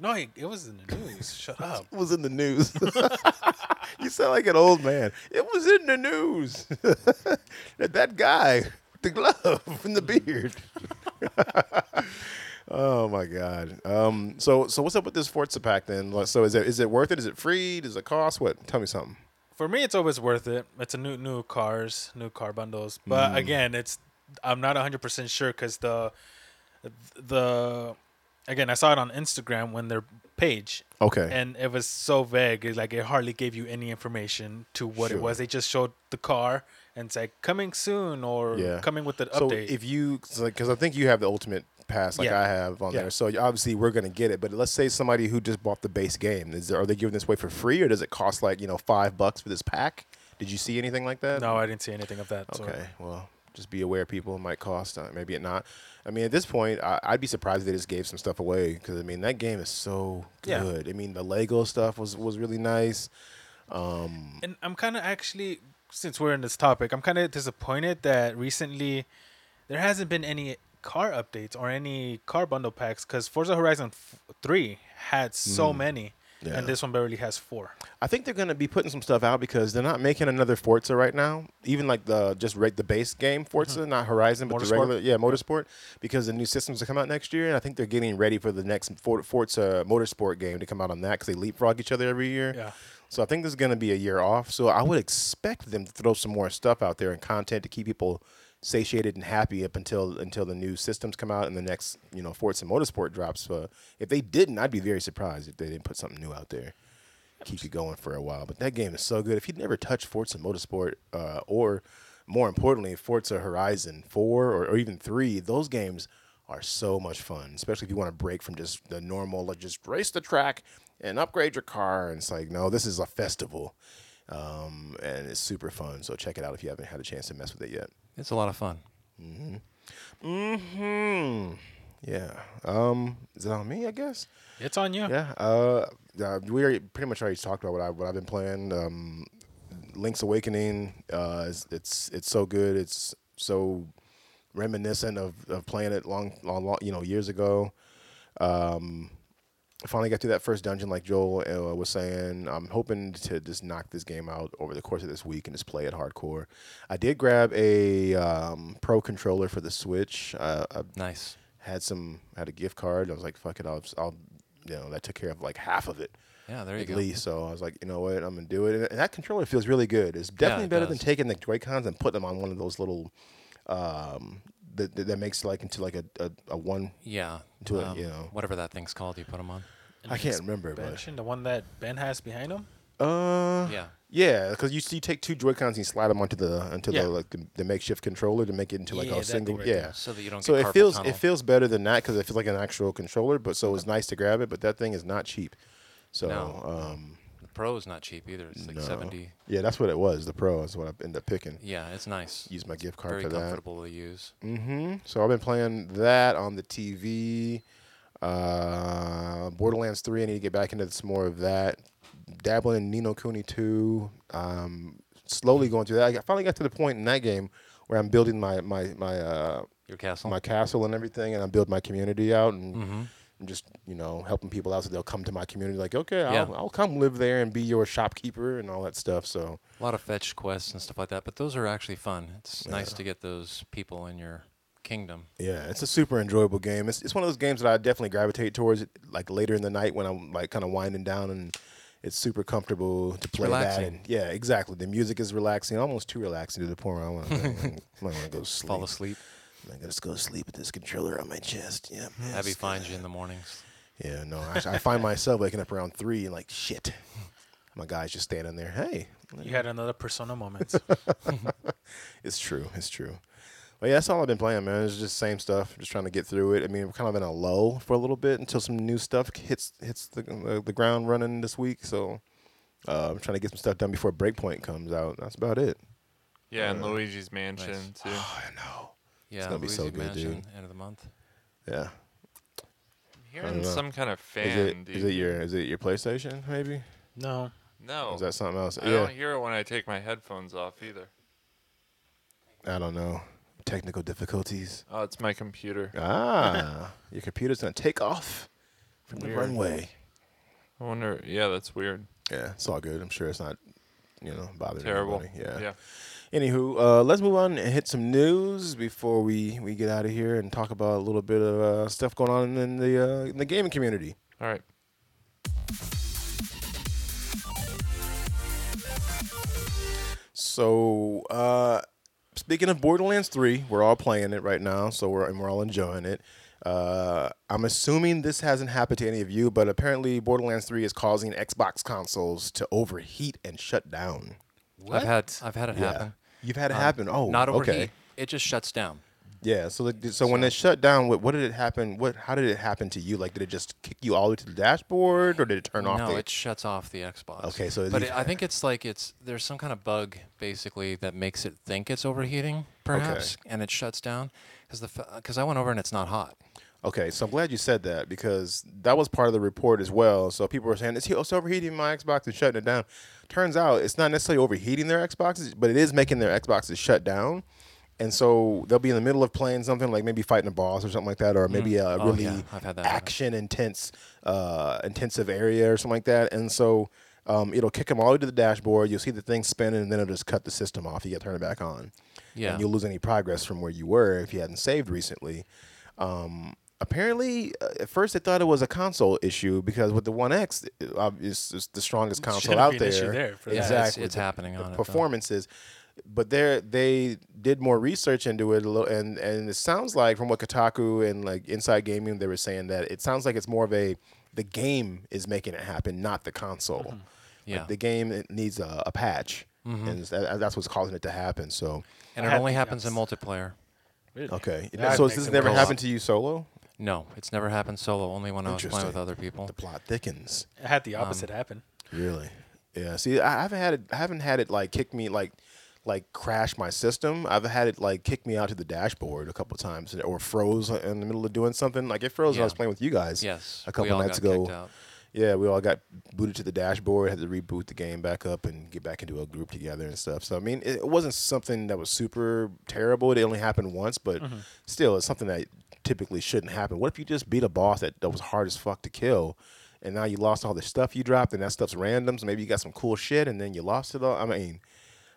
No, he, it was in the news. Shut up.
It was in the news. you sound like an old man. It was in the news. that, that guy with the glove and the beard. oh my god. Um, so so what's up with this Forza pack then? Like, So is it is it worth it? Is it free? Does it cost? What? Tell me something.
For me, it's always worth it. It's a new new cars, new car bundles. But
Mm.
again, it's I'm not 100 percent sure because the the again I saw it on Instagram when their page
Okay.
and it was so vague. It, like it hardly gave you any information to what
Sure.
it was. They just showed the car and said coming soon or
Yeah.
coming with an
so
update.
if you because I think you have the ultimate pass like
Yeah.
I have on
Yeah.
there. So obviously we're gonna get it. But let's say somebody who just bought the base game is there, are they giving this away for free or does it cost like you know five bucks for this pack? Did you see anything like that?
no, I didn't see anything of that.
Okay.
sort.
Well, just be aware, people. It might cost. Uh, maybe it not. I mean, at this point, I, I'd be surprised if they just gave some stuff away because I mean that game is so
Yeah.
good. I mean, the Lego stuff was was really nice.
And I'm kind of actually, since we're in this topic, I'm kind of disappointed that recently there hasn't been any car updates or any car bundle packs because Forza Horizon f- 3 had so many,
Mm. Yeah.
and this one barely has four.
I think they're gonna be putting some stuff out because they're not making another Forza right now. Even like the just reg- the base game Forza, not Horizon, but
Motorsport?
the regular yeah Motorsport, because the new systems to come out next year, and I think they're getting ready for the next For- Forza Motorsport game to come out on that because they leapfrog each other every year.
Yeah.
So I think this is gonna be a year off. So I would expect them to throw some more stuff out there and content to keep people satiated and happy up until until the new systems come out and the next you know Forza Motorsport drops. Uh, if they didn't, I'd be very surprised if they didn't put something new out there keep you going for a while. But that game is so good. If you'd never touched Forza Motorsport, uh, or more importantly, Forza Horizon 4 or, or even 3, those games are so much fun, especially if you want to break from just the normal, like just race the track and upgrade your car. And it's like, no, this is a festival. Um, and it's super fun. So check it out if you haven't had a chance to mess with it yet.
It's a lot of fun.
Hmm. Yeah. Um, is it on me, I guess?
It's on you.
Yeah, uh, uh, we already pretty much already talked about what I what I've been playing. Um, Link's Awakening, uh, is, it's it's so good. It's so reminiscent of, of playing it long, long, long, you know, years ago. Um, I finally got through that first dungeon, like Joel uh, was saying. I'm hoping to just knock this game out over the course of this week and just play it hardcore. I did grab a um, pro controller for the Switch. Uh, I
Nice.
had some had a gift card. I was like, fuck it, I'll, I'll you know, that took care of like half of it
Yeah, there you
at
go.
least. So I was like, you know what, I'm gonna do it. And, and that controller feels really good. It's definitely
it
better than
does.
taking the Joy Cons and putting them on one of those little um that that, that makes like into like a a, a one.
Yeah. Um,
To it, you know.
Whatever that thing's called, you put them on.
I can't remember, but
Benching, the one that Ben has behind him.
uh,
Yeah.
yeah, because you you take two Joy Cons and you slide them onto the onto
Yeah.
the like the, the makeshift controller to make it into like a
Yeah, that thing
single
right
yeah.
there.
So that you don't
So
get
it
carpal
feels
tunnel.
it feels better than that because it feels like an actual controller, but so it's nice to grab it. But that thing is not cheap. So
No.
um,
Pro is not cheap either. It's like
No.
70.
Yeah, that's what it was. The Pro is what I ended up picking.
Yeah, it's nice.
Use my gift card
Very
for that.
comfortable to use.
hmm So I've been playing that on the TV. Uh, Borderlands 3, I need to get back into some more of that. Dabbling in Nino Cooney 2. Um, slowly going through that. I finally got to the point in that game where I'm building my my my uh,
Your castle.
my castle and everything, and I'm building my community out and.
hmm
and just you know helping people out so they'll come to my community like okay
Yeah.
I'll, I'll come live there and be your shopkeeper and all that stuff so
A lot of fetch quests and stuff like that, but those are actually fun. It's nice to get those people in your kingdom.
yeah it's a super enjoyable game it's, it's one of those games that i definitely gravitate towards like later in the night when i'm like kind of winding down and it's super comfortable to play
relaxing.
that and yeah exactly the music is relaxing almost too relaxing to the point where i want to go sleep
Fall asleep.
i gotta just go to sleep with this controller on my chest yeah
Abby finds you in the mornings.
yeah no I, I find myself waking up around three and like shit my guy's just standing there hey
You had another persona moment.
It's true. It's true. But yeah, that's all I've been playing, man. It's just same stuff. Just trying to get through it. I mean, we're kind of in a lull for a little bit until some new stuff hits hits the the, the ground running this week. So uh, I'm trying to get some stuff done before Breakpoint comes out. That's about it.
Yeah, and
Uh,
Luigi's Mansion too.
Oh, I know.
Yeah,
gonna be so
Luigi
good, dude.
Mansion, end of the month.
Yeah. I
Hearing
don't know.
some kind of fan.
Is it is
dude.
it your is it your PlayStation maybe?
no.
No,
Is that something else?
I
yeah.
don't e- hear it when I take my headphones off either.
I don't know. Technical difficulties.
Oh, it's my computer.
Ah, your computer's gonna take off from the
Weird.
runway.
I wonder. Yeah, that's weird.
Yeah, it's all good. I'm sure it's not, you know, bothering
Terrible.
anybody.
Yeah.
Anywho, uh, let's move on and hit some news before we, we get out of here and talk about a little bit of uh, stuff going on in the uh, in the gaming community.
All right.
So, uh, speaking of Borderlands 3, we're all playing it right now, so we're and we're all enjoying it. Uh, I'm assuming this hasn't happened to any of you, but apparently Borderlands 3 is causing Xbox consoles to overheat and shut down.
I've had I've had it happen.
You've had it
Um,
happen. Oh,
not overheat.
okay.
It just shuts down.
Yeah. So, like, so when it shut down, what, what did it happen? What, how did it happen to you? Like, did it just kick you all the way to the dashboard, or did it turn off?
No,
the,
it shuts off the Xbox.
Okay, so
but
it-
it, I think it's like it's there's some kind of bug basically that makes it think it's overheating, perhaps, and it shuts down because the because I went over and it's not hot.
okay. So I'm glad you said that because that was part of the report as well. So people were saying it's, it's overheating my Xbox and shutting it down. Turns out it's not necessarily overheating their Xboxes, but it is making their Xboxes shut down. And so they'll be in the middle of playing something like maybe fighting a boss or something like that, or maybe a
Oh,
really
yeah, I've had that happen.
action intense, uh, intensive area or something like that. And so um, it'll kick them all the way to the dashboard. You'll see the thing spinning, and then it'll just cut the system off. You got to turn it back on.
Yeah.
and you'll lose any progress from where you were if you hadn't saved recently. Um, apparently, uh, at first they thought it was a console issue because with the One X, it- uh, it's, it's the strongest console
shouldn't
out
be an
there.
issue there for
Yeah,
exactly,
it's, it's
The-
happening on it. though.
performances. But they they did more research into it, a little, and and it sounds like from what Kotaku and like Inside Gaming they were saying that it sounds like it's more of a the game is making it happen, not the console.
Mm-hmm.
Like,
Yeah. Mm-hmm.
the game it needs a, a patch, and it's- that, that's what's causing it to happen. So
And it
had-
only happens in multiplayer.
okay,
That
so
makes
this has
it
never
worse.
happened to you solo.
No, it's never happened solo. Only when I was playing with
Interesting.
other people.
The plot thickens.
I had the opposite happen.
Really? Yeah. See, I I haven't had it. I haven't had it like kick me like like crash my system. I've had it like kick me out to the dashboard a couple times, or froze in the middle of doing something. Like it froze when I
Yeah.
was playing with you guys.
Yes,
A
we
couple
all
nights
got
ago.
kicked out.
Yeah, we all got booted to the dashboard. Had to reboot the game back up and get back into a group together and stuff. So I mean, it wasn't something that was super terrible. It only happened once, but still, it's something that typically shouldn't happen. What if you just beat a boss that, that was hard as fuck to kill? and now you lost all the stuff you dropped, and that stuff's random. So maybe you got some cool shit, and then you lost it all. I mean,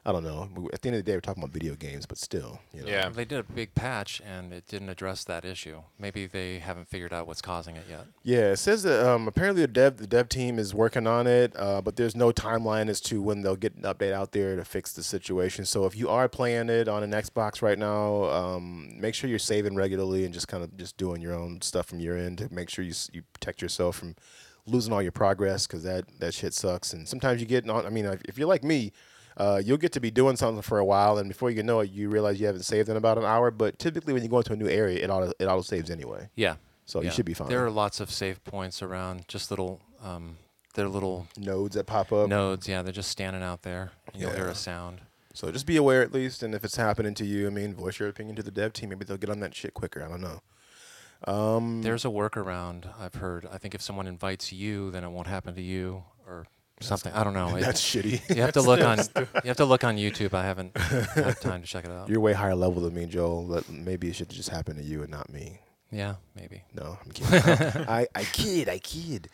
I don't know. We- At the end of the day, we're talking about video games, but still, you know.
Yeah.
They did a big patch and it didn't address that issue. Maybe they haven't figured out what's causing it yet.
Yeah, it says that um, apparently the dev the dev team is working on it, uh, but there's no timeline as to when they'll get an update out there to fix the situation. So if you are playing it on an Xbox right now, um, make sure you're saving regularly and just kind of just doing your own stuff from your end to make sure you s- you protect yourself from losing all your progress because that that shit sucks. And sometimes you get on. I mean, if, if you're like me. Uh, you'll get to be doing something for a while, and before you know it, you realize you haven't saved in about an hour. But typically, when you go into a new area, it auto it auto saves anyway.
Yeah.
So you
yeah.
should be fine.
There are lots of save points around, just little um, They're little
nodes that pop up.
nodes. Yeah, they're just standing out there, and you'll
Oh.
hear
Yeah.
a sound.
So just be aware at least, and if it's happening to you, I mean, voice your opinion to the dev team. Maybe they'll get on that shit quicker. I don't know. Um,
There's a workaround I've heard. I think if someone invites you, then it won't happen to you, or something. I don't know. It-
that's shitty.
you have to look on. You have to look on YouTube. I haven't had time to check it out.
You're way higher level than me, Joel. But maybe it should just happen to you and not me.
Yeah, maybe.
No, I'm kidding. I, I kid, I kid.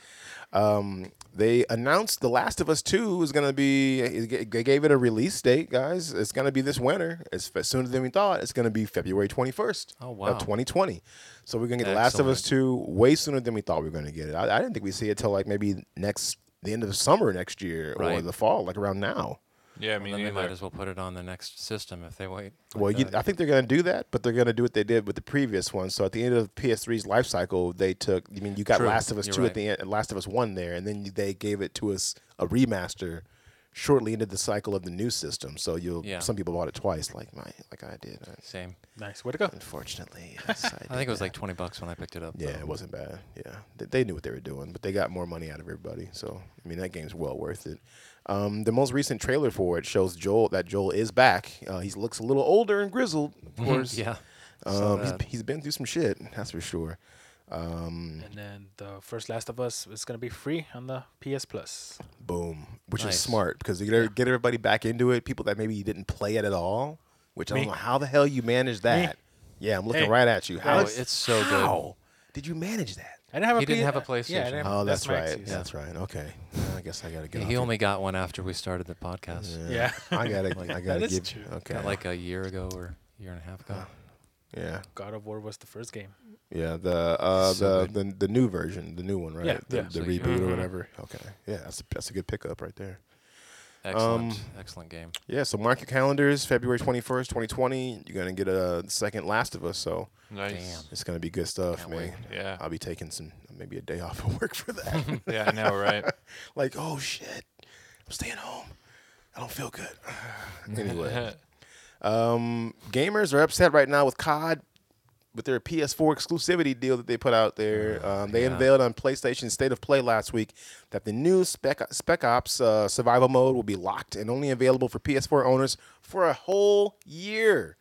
Um, they announced The Last of Us 2 is going to be, they gave it a release date, guys. It's going to be this winter. It's f- sooner than we thought. It's going to be February 21st
Oh, wow.
of 2020. So we're going to get The Last of Us 2 way sooner than we thought we were going to get it. I, I didn't think we'd see it till like maybe next, the end of the summer next year or
Right.
the fall, like around now.
Yeah, I
Well,
mean,
then they might
neither.
as well put it on the next system if they wait. like
Well, you,
that.
I think they're going to do that, but they're going to do what they did with the previous one. So at the end of PS3's life cycle, they took. I mean, you got
True.
Last of Us
You're
two
right.
at the end, Last of Us one there, and then they gave it to us a remaster shortly into the cycle of the new system. So you'll
Yeah.
some people bought it twice, like my like I did. I-
same.
Nice. Way to go.
Unfortunately, yes, I,
I think it was like 20 bucks when I picked it up.
yeah,
though.
it wasn't bad. Yeah, they, they knew what they were doing, but they got more money out of everybody. So I mean, that game's well worth it. Um, the most recent trailer for it shows Joel that Joel is back. Uh, he looks a little older and grizzled, of course.
yeah. Saw
Um, he's,
that.
he's been through some shit, that's for sure. mm.
And then the first Last of Us is gonna be free on the PS Plus.
Boom, which
Nice.
is smart because you get, get everybody back into it. People that maybe didn't play it at all, which I
Me.
don't know how the hell you manage that. Yeah, I'm looking
Hey.
right at you. How?
Oh, it's so good.
how did you manage that?
I didn't have
He
a.
didn't have a
Yeah, I
PlayStation.
didn't have-
Oh, that's,
my
right.
excuse.
That's right. Okay, I guess I gotta get.
He-
off
He
it.
only got one after we started the podcast.
Yeah.
I gotta. I gotta
is
give.
true.
Okay.
Got like a year ago or year and a half
Ah.
ago.
yeah.
God of War was the first game.
Yeah, the uh,
So
the, the the new version, the new one, right?
Yeah,
the,
yeah.
the
So you-
reboot or
Mhm.
whatever. Okay, yeah, that's a, that's a good pickup right there.
Excellent.
Um,
Excellent game.
Yeah, so mark your calendars, February 21st, 2020. You're going to get a second Last of Us, so
Nice.
it's going to be good stuff,
Can't
man.
Yeah.
I'll be taking some, maybe a day off of work for that.
Yeah, I know, right?
like, oh shit, I'm staying home. I don't feel good. anyway, um, gamers are upset right now with COD. With their PS4 exclusivity deal that they put out there, um, they
Oh, yeah.
unveiled on PlayStation State of Play last week that the new Spec, Spec Ops uh, survival mode will be locked and only available for PS4 owners for a whole year.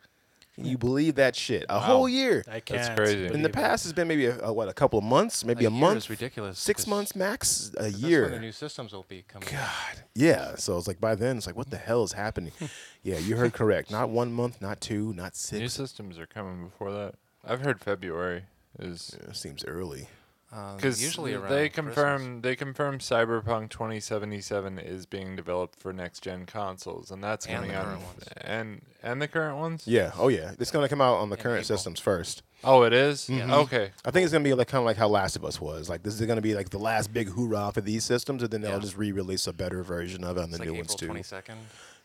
Can you believe that shit? A whole year.
I can't.
That's crazy.
In the past, it's been maybe a, a, what a couple of months, maybe a,
year
month,
is ridiculous.
six
'cause
months max, a
that's when
year.
the new systems will be coming.
God. Yeah. So it's like by then it's like what the hell is happening? yeah, you heard correct. Not one month, not two, not
New
six.
systems are coming before that. I've heard February is
Yeah, uh, seems early.
Um,
because
usually around
they
Christmas.
confirm they confirm Cyberpunk 2077 is being developed for next gen consoles, and that's
And
coming
the
out
current
in-
ones.
and and the current ones.
Yeah. Oh yeah. It's gonna come out on the current
April.
systems first.
Oh, it is?
Mm-hmm.
Okay.
I think it's gonna be like kind of like how Last of Us was. Like this is gonna be like the last big hoorah for these systems, and then they'll
Yeah.
just re-release a better version of it on the
It's like
new
April
ones too.
22nd.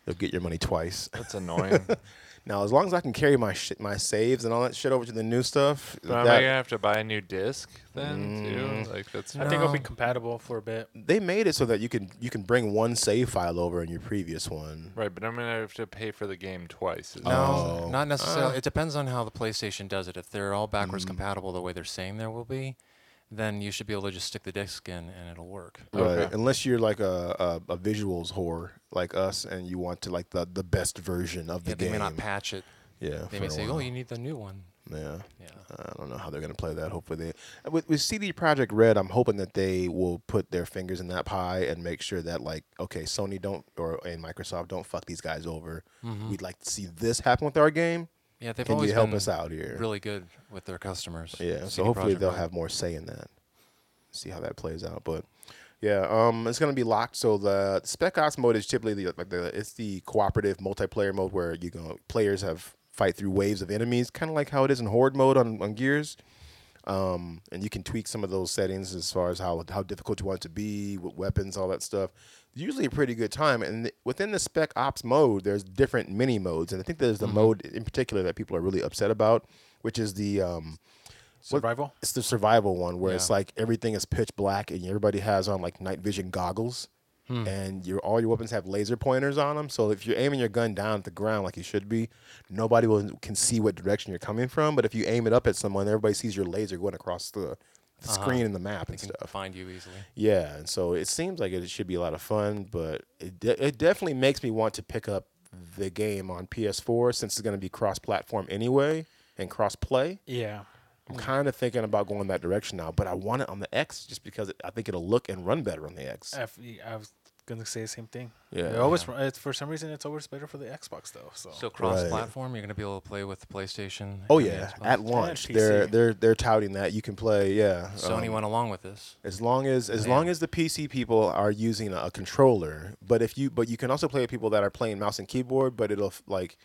They'll get your money twice.
That's annoying. but
now, as long as I can carry my shit, my saves and all that shit over to the new stuff,
am I
that-
gonna have to buy a new disc then
Mm.
too? Like that's
I think it'll be compatible for a bit.
they made it so that you can you can bring one save file over in your previous one.
right, but I'm gonna have to pay for the game twice. is-
No,
Oh.
not necessarily. it depends on how the PlayStation does it. If they're all backwards
Mm.
compatible the way they're saying there will be, then you should be able to just stick the disc in and it'll work.
Right.
Okay.
Unless you're like a, a, a visuals whore like us and you want to like the, the best version of the
Yeah, they
game.
may not patch it.
yeah.
They
for
may
a
say,
while.
"Oh, you need the new one."
yeah.
Yeah.
I don't know how they're going to play that. Hopefully, they with, with CD Project Red. I'm hoping that they will put their fingers in that pie and make sure that, like, okay, Sony don't or and Microsoft don't fuck these guys over. We'd like to see this happen with our game.
Yeah, they've
Can
always
you help
been
us out here?
really good with their customers.
Yeah, so
CD
hopefully
Projekt
they'll
Red.
have more say in that. See how that plays out, but yeah, um, it's gonna be locked. So the Spec Ops mode is typically the, like the it's the cooperative multiplayer mode where you go players have fight through waves of enemies, kind of like how it is in Horde mode on, on Gears. Um, and you can tweak some of those settings as far as how how difficult you want it to be, what weapons, all that stuff. Usually a pretty good time. And th- within the Spec Ops mode, there's different mini modes, and I think there's the mode in particular that people are really upset about, which is the um,
Survival.
it's the survival one where it's
Yeah.
like everything is pitch black and everybody has on like night vision goggles
Hmm.
and your all your weapons have laser pointers on them so if you're aiming your gun down at the ground like you should be nobody will can see what direction you're coming from but if you aim it up at someone everybody sees your laser going across the the screen and the map and
Uh-huh. They can
stuff.
find you easily.
Yeah, and so it seems like it should be a lot of fun, but it de- it definitely makes me want to pick up the game on PS4 since it's going to be cross-platform anyway and cross-play.
Yeah.
I'm
Mm.
kind of thinking about going that direction now, but I want it on the X just because it, I think it'll look and run better on the X.
I f- I was gonna say the same thing.
Yeah.
Uh, It always it's, for some reason it's always better for the Xbox though. So,
So cross-platform, you're gonna be able to play with the PlayStation.
Oh
and the
yeah,
Xbox.
at launch
PC.
they're they're they're touting that you can play. Yeah,
Sony
um,
went along with this.
As long as as
Man.
long as the PC people are using a, a controller, but if you but you can also play with people that are playing mouse and keyboard, but it'll f- like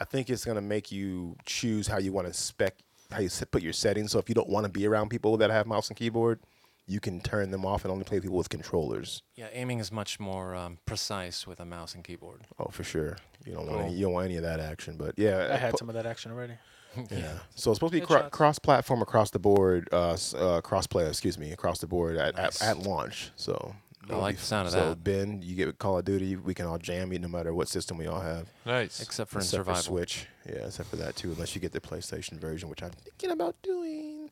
I think it's gonna make you choose how you want to spec how you s- put your settings. So if you don't want to be around people that have mouse and keyboard, you can turn them off and only play people with controllers.
Yeah, aiming is much more um, precise with a mouse and keyboard.
Oh, for sure. You don't want
Cool.
any, you don't want any of that action, uh, but yeah,
I had
pu-
some of that action already.
Yeah. So it's supposed to be
Good
cro-
shots.
cross-platform across the board, uh, s- uh, cross-play, excuse me, across the board at,
Nice.
at, at launch. So
I like the sound of
so
that.
Ben, you get Call of Duty. We can all jam it, no matter what system we all have,
Nice.
Except for in
except
survival.
for Switch. Yeah, except for that too, unless you get the PlayStation version, which I'm thinking about doing.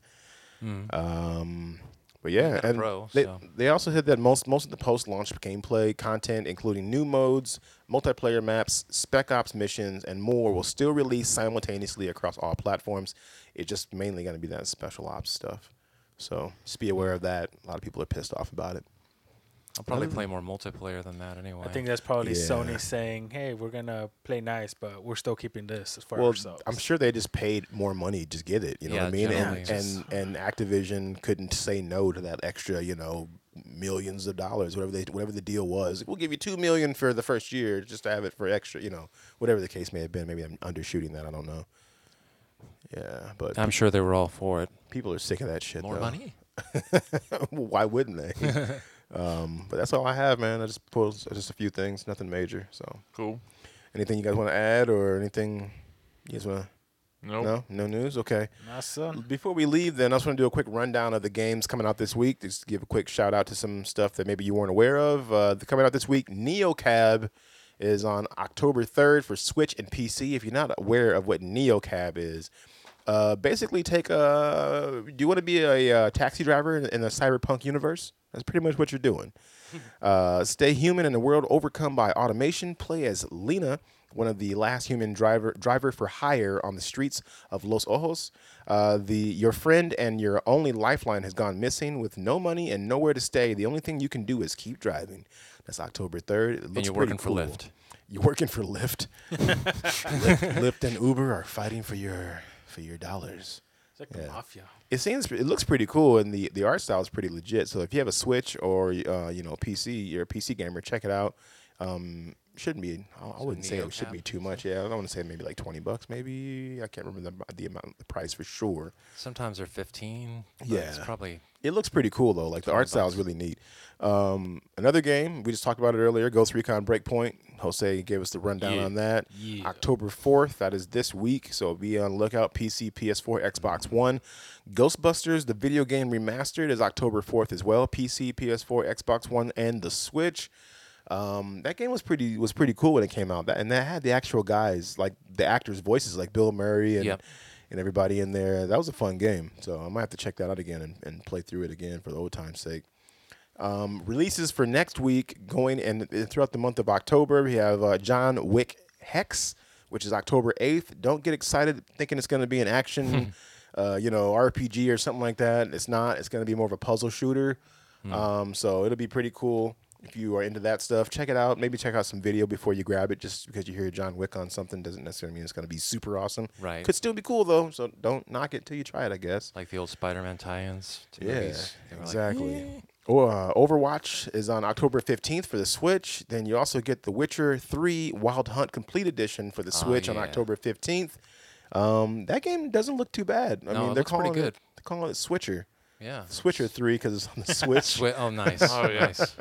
Hmm.
Um, but yeah,
got a
and
Pro,
they,
so.
they also hit that most most of the post-launch gameplay content, including new modes, multiplayer maps, spec ops missions, and more, will still release simultaneously across all platforms. It's just mainly going to be that special ops stuff. So just be aware of that. A lot of people are pissed off about it.
I'll probably play more multiplayer than that anyway.
I think that's probably
Yeah.
Sony saying, "Hey, we're gonna play nice, but we're still keeping this for
Well,
ourselves."
I'm sure they just paid more money to get it. You know what I
Yeah,
mean?
generally,
And,
just-
and and Activision couldn't say no to that extra, you know, millions of dollars, whatever they whatever the deal was. We'll give you two million for the first year just to have it for extra, you know, whatever the case may have been. Maybe I'm undershooting that. I don't know. Yeah, but
I'm sure they were all for it.
people are sick of that shit.
More
though.
money.
Why wouldn't they? um, but that's all I have, man. I just pulled just a few things, nothing major. So,
Cool.
anything you guys want to add or anything you guys want to?
Nope.
No, no news. Okay.
My son.
Before we leave, then I just want to do a quick rundown of the games coming out this week. Just give a quick shout out to some stuff that maybe you weren't aware of. Uh, the- coming out this week, NeoCab is on October 3rd for Switch and PC. If you're not aware of what NeoCab is, uh, basically take a. Do you want to be a, uh taxi driver in, in the cyberpunk universe? That's pretty much what you're doing. Uh, stay human in a world overcome by automation. Play as Lena, one of the last human driver driver for hire on the streets of Los Ojos. Uh, the your friend and your only lifeline has gone missing with no money and nowhere to stay. The only thing you can do is keep driving. That's October third. It looks
you're
pretty
working for
cool.
Lyft.
You're working for Lyft. Lyft. Lyft and Uber are fighting for your for your dollars
It's like the mafia.
it seems it looks pretty cool and the the art style is pretty legit so if you have a switch or uh, you know pc you're a pc gamer check it out um shouldn't be i, I wouldn't say it should
Neocab.
be too much yeah i want to say maybe like 20 bucks maybe i can't remember the, the amount the price for sure
Sometimes they're 15. but It's
Yeah.
probably
it looks pretty cool though like the art style is really neat um another game we just talked about it earlier ghost recon breakpoint jose gave us the rundown on that
Yeah.
October 4th. That is this week. So be on the lookout PC, PS4, Xbox One. Ghostbusters, the video game remastered, is October 4th as well. PC, PS4, Xbox One, and the Switch. Um, that game was pretty was pretty cool when it came out. That and that had the actual guys like the actors' voices, like Bill Murray and
Yep.
and everybody in there. That was a fun game. So I might have to check that out again and, and play through it again for the old time's sake Um, releases for next week going and throughout the month of October. We have uh, John Wick Hex, which is October 8th. Don't get excited thinking it's going to be an action, uh, you know, RPG or something like that. It's not. It's going to be more of a puzzle shooter. Um, so it'll be pretty cool if you are into that stuff. Check it out. Maybe check out some video before you grab it. Just because you hear John Wick on something doesn't necessarily mean it's going to be super awesome.
Right.
Could still be cool though. So don't knock it till you try it. I guess.
like the old Spider-Man tie-ins. To
Yeah,
movies. They were like,
exactly. Or, uh, Overwatch is on October 15th for the Switch. Then you also get The Witcher 3 Wild Hunt Complete Edition for the Switch on
Oh, yeah.
October 15th. Um, that game doesn't look too bad. I
No,
mean,
it
they're
looks pretty
calling it
good.
they're calling it Switcher.
yeah.
Switcher 3 because it's on the Switch.
Swi- oh, nice.
Oh, yeah.
Nice.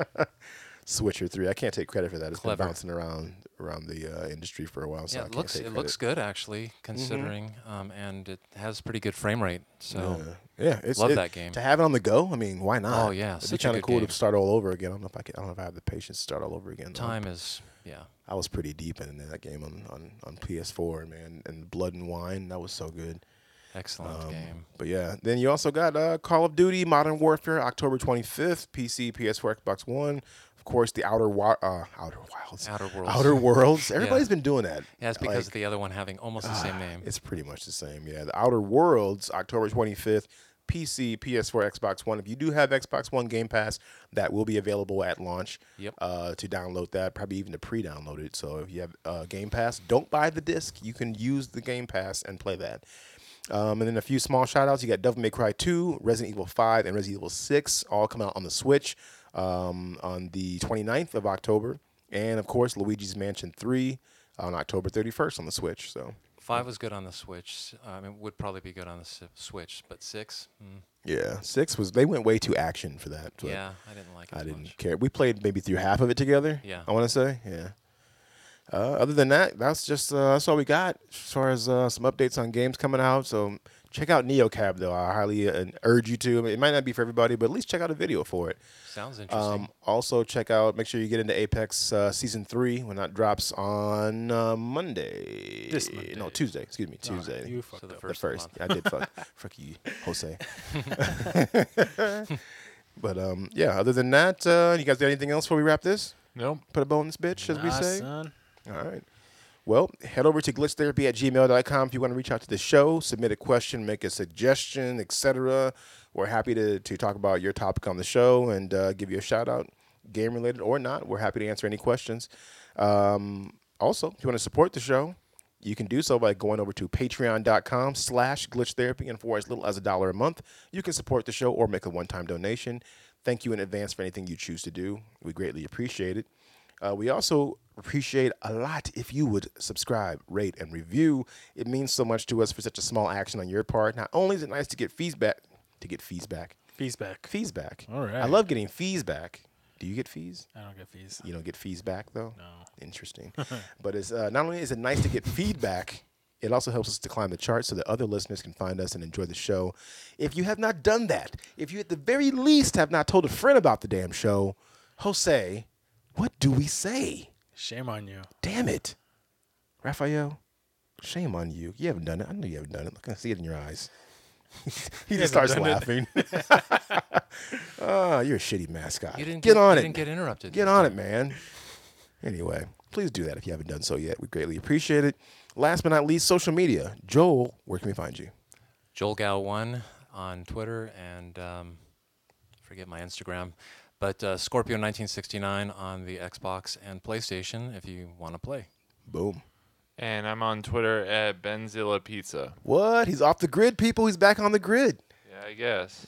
Switcher 3. I can't take credit for that. It's
Clever.
been bouncing around around the uh, industry for a while, so
yeah,
I
it
can't
looks
take
it
credit. Mm-hmm.
looks good actually, considering, um, and it has pretty good frame rate. So
Yeah, yeah, it's,
Love
it-
that game.
To have it on the go, I mean, why not?
Oh, yeah,
it'd be
such a
kind of
good
cool
game.
to start all over again. I don't know if I can, I don't know if I have the patience to start all over again. though.
time is yeah.
I was pretty deep in that game on, on, on PS4, man. And Blood and Wine, that was so good.
Excellent
Um,
game.
But yeah, then you also got uh, Call of Duty Modern Warfare, October 25th, PC, PS4, Xbox One. Of course, the Outer Wi- uh, Outer Wilds,
Outer Worlds.
Outer Worlds. Everybody's been doing that.
Yeah, it's because
Like, Ah,
of the other one having almost the same name.
It's pretty much the same. Yeah, the Outer Worlds, October 25th, PC, PS4, Xbox One. If you do have Xbox One Game Pass, that will be available at launch.
Yep.
Uh, to download that, probably even to pre-download it. So if you have uh, Game Pass, don't buy the disc. You can use the Game Pass and play that. Um, and then a few small shout outs. You got Devil May Cry 2, Resident Evil 5, and Resident Evil 6 all come out on the Switch um, on the 29th of October. And of course, Luigi's Mansion 3 on October 31st on the Switch. So
Five was good on the Switch. uh, I mean, would probably be good on the si- Switch, but six, mm,
Yeah, six was they went way too action for that. but
yeah, I didn't like it.
I
as
didn't
Much.
care. We played maybe through half of it together.
Yeah.
I want to say yeah. Uh, other than that, that's just uh, that's all we got as far as uh, some updates on games coming out. So check out NeoCab though. I highly uh, urge you to. I mean, it might not be for everybody, but at least check out a video for it.
Sounds interesting.
Um, also check out. Make sure you get into Apex uh, season three when that drops on uh, Monday.
This
No,
Monday.
Tuesday. Excuse me, Tuesday.
You fucked
so the
up.
first,
the first.
month.
Yeah, I did fuck. fuck you, Jose. but um, yeah. Other than that, uh, you guys got anything else before we wrap this?
Nope.
Put a bow in this bitch, as we
Nah,
say.
son.
All right. Well, head over to glitchtherapy at gmail.com if you want to reach out to the show, submit a question, make a suggestion, etc. We're happy to, to talk about your topic on the show and uh, give you a shout out, game related or not. We're happy to answer any questions. Um, also, if you want to support the show, you can do so by going over to patreon.com slash glitchtherapy. And for as little as a dollar a month, you can support the show or make a one time donation. Thank you in advance for anything you choose to do. We greatly appreciate it. Uh, we also appreciate a lot if you would subscribe, rate, and review. It means so much to us for such a small action on your part. Not only is it nice to get feedback, to get fees back,
Fees back.
fees back.
All
I
right.
love getting fees back. Do you get fees?
I don't get fees.
You don't get fees back though. No. Interesting. but it's uh, not only is it nice to get feedback, it also helps us to climb the charts so that other listeners can find us and enjoy the show. If you have not done that, if you at the very least have not told a friend about the damn show, Jose, what do we say?
Shame on you.
Damn it, Raphael. Shame on you. You haven't done it. I know you haven't done it. Look, I see it in your eyes. he just starts laughing. Ah, you're a shitty mascot.
You didn't
get,
get,
on
you
it.
Didn't get interrupted.
Get on it, man. Anyway, please do that if you haven't done so yet. We greatly appreciate it. Last but not least, social media. Joel, where can we find you?
Joel Gal one on Twitter and um, forget my Instagram, but uh, Scorpio 1969 on the Xbox and PlayStation if you want to play.
Boom.
And I'm on Twitter at Benzilla Pizza.
What? He's off the grid, people. He's back on the grid.
Yeah, I guess.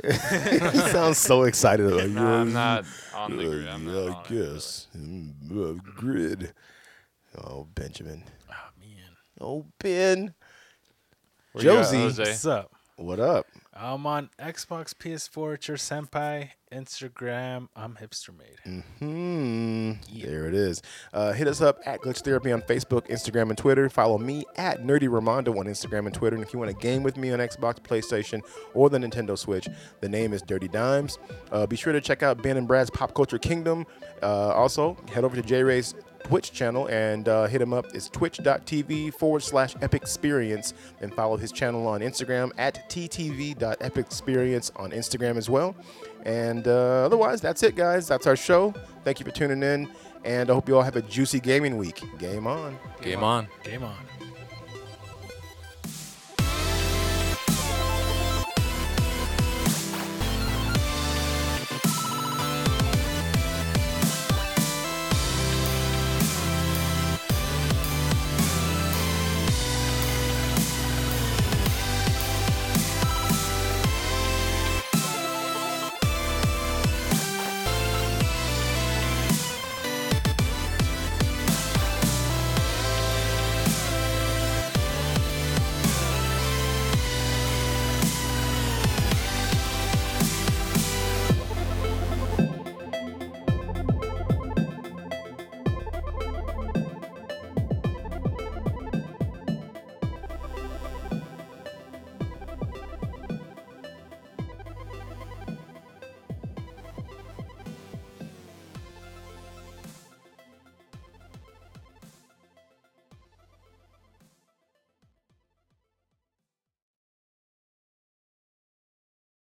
he sounds so excited about you.
Nah, I'm not on the grid.
Uh,
I'm
yeah,
not
I
on it, really.
guess. Mm, uh, grid. Oh, Benjamin.
Oh, man.
Oh, Ben.
What do you got,
Josie.
Jose?
What's up?
What up?
I'm on Xbox, PS4, it's your senpai, Instagram. I'm hipster made.
Hmm. There it is. Uh, hit us up at Glitch Therapy on Facebook, Instagram, and Twitter. Follow me at Nerdy Ramondo on Instagram and Twitter. And if you want to game with me on Xbox, PlayStation, or the Nintendo Switch, the name is Dirty Dimes. Uh, be sure to check out Ben and Brad's Pop Culture Kingdom. Uh, also, head over to J Ray's Twitch channel and uh, hit him up. It's twitch.tv forward slash epic experience. And follow his channel on Instagram at ttv.epicexperience on Instagram as well. And uh, otherwise, that's it, guys. That's our show. Thank you for tuning in. And I hope you all have a juicy gaming week. Game on.
Game on.
Game on.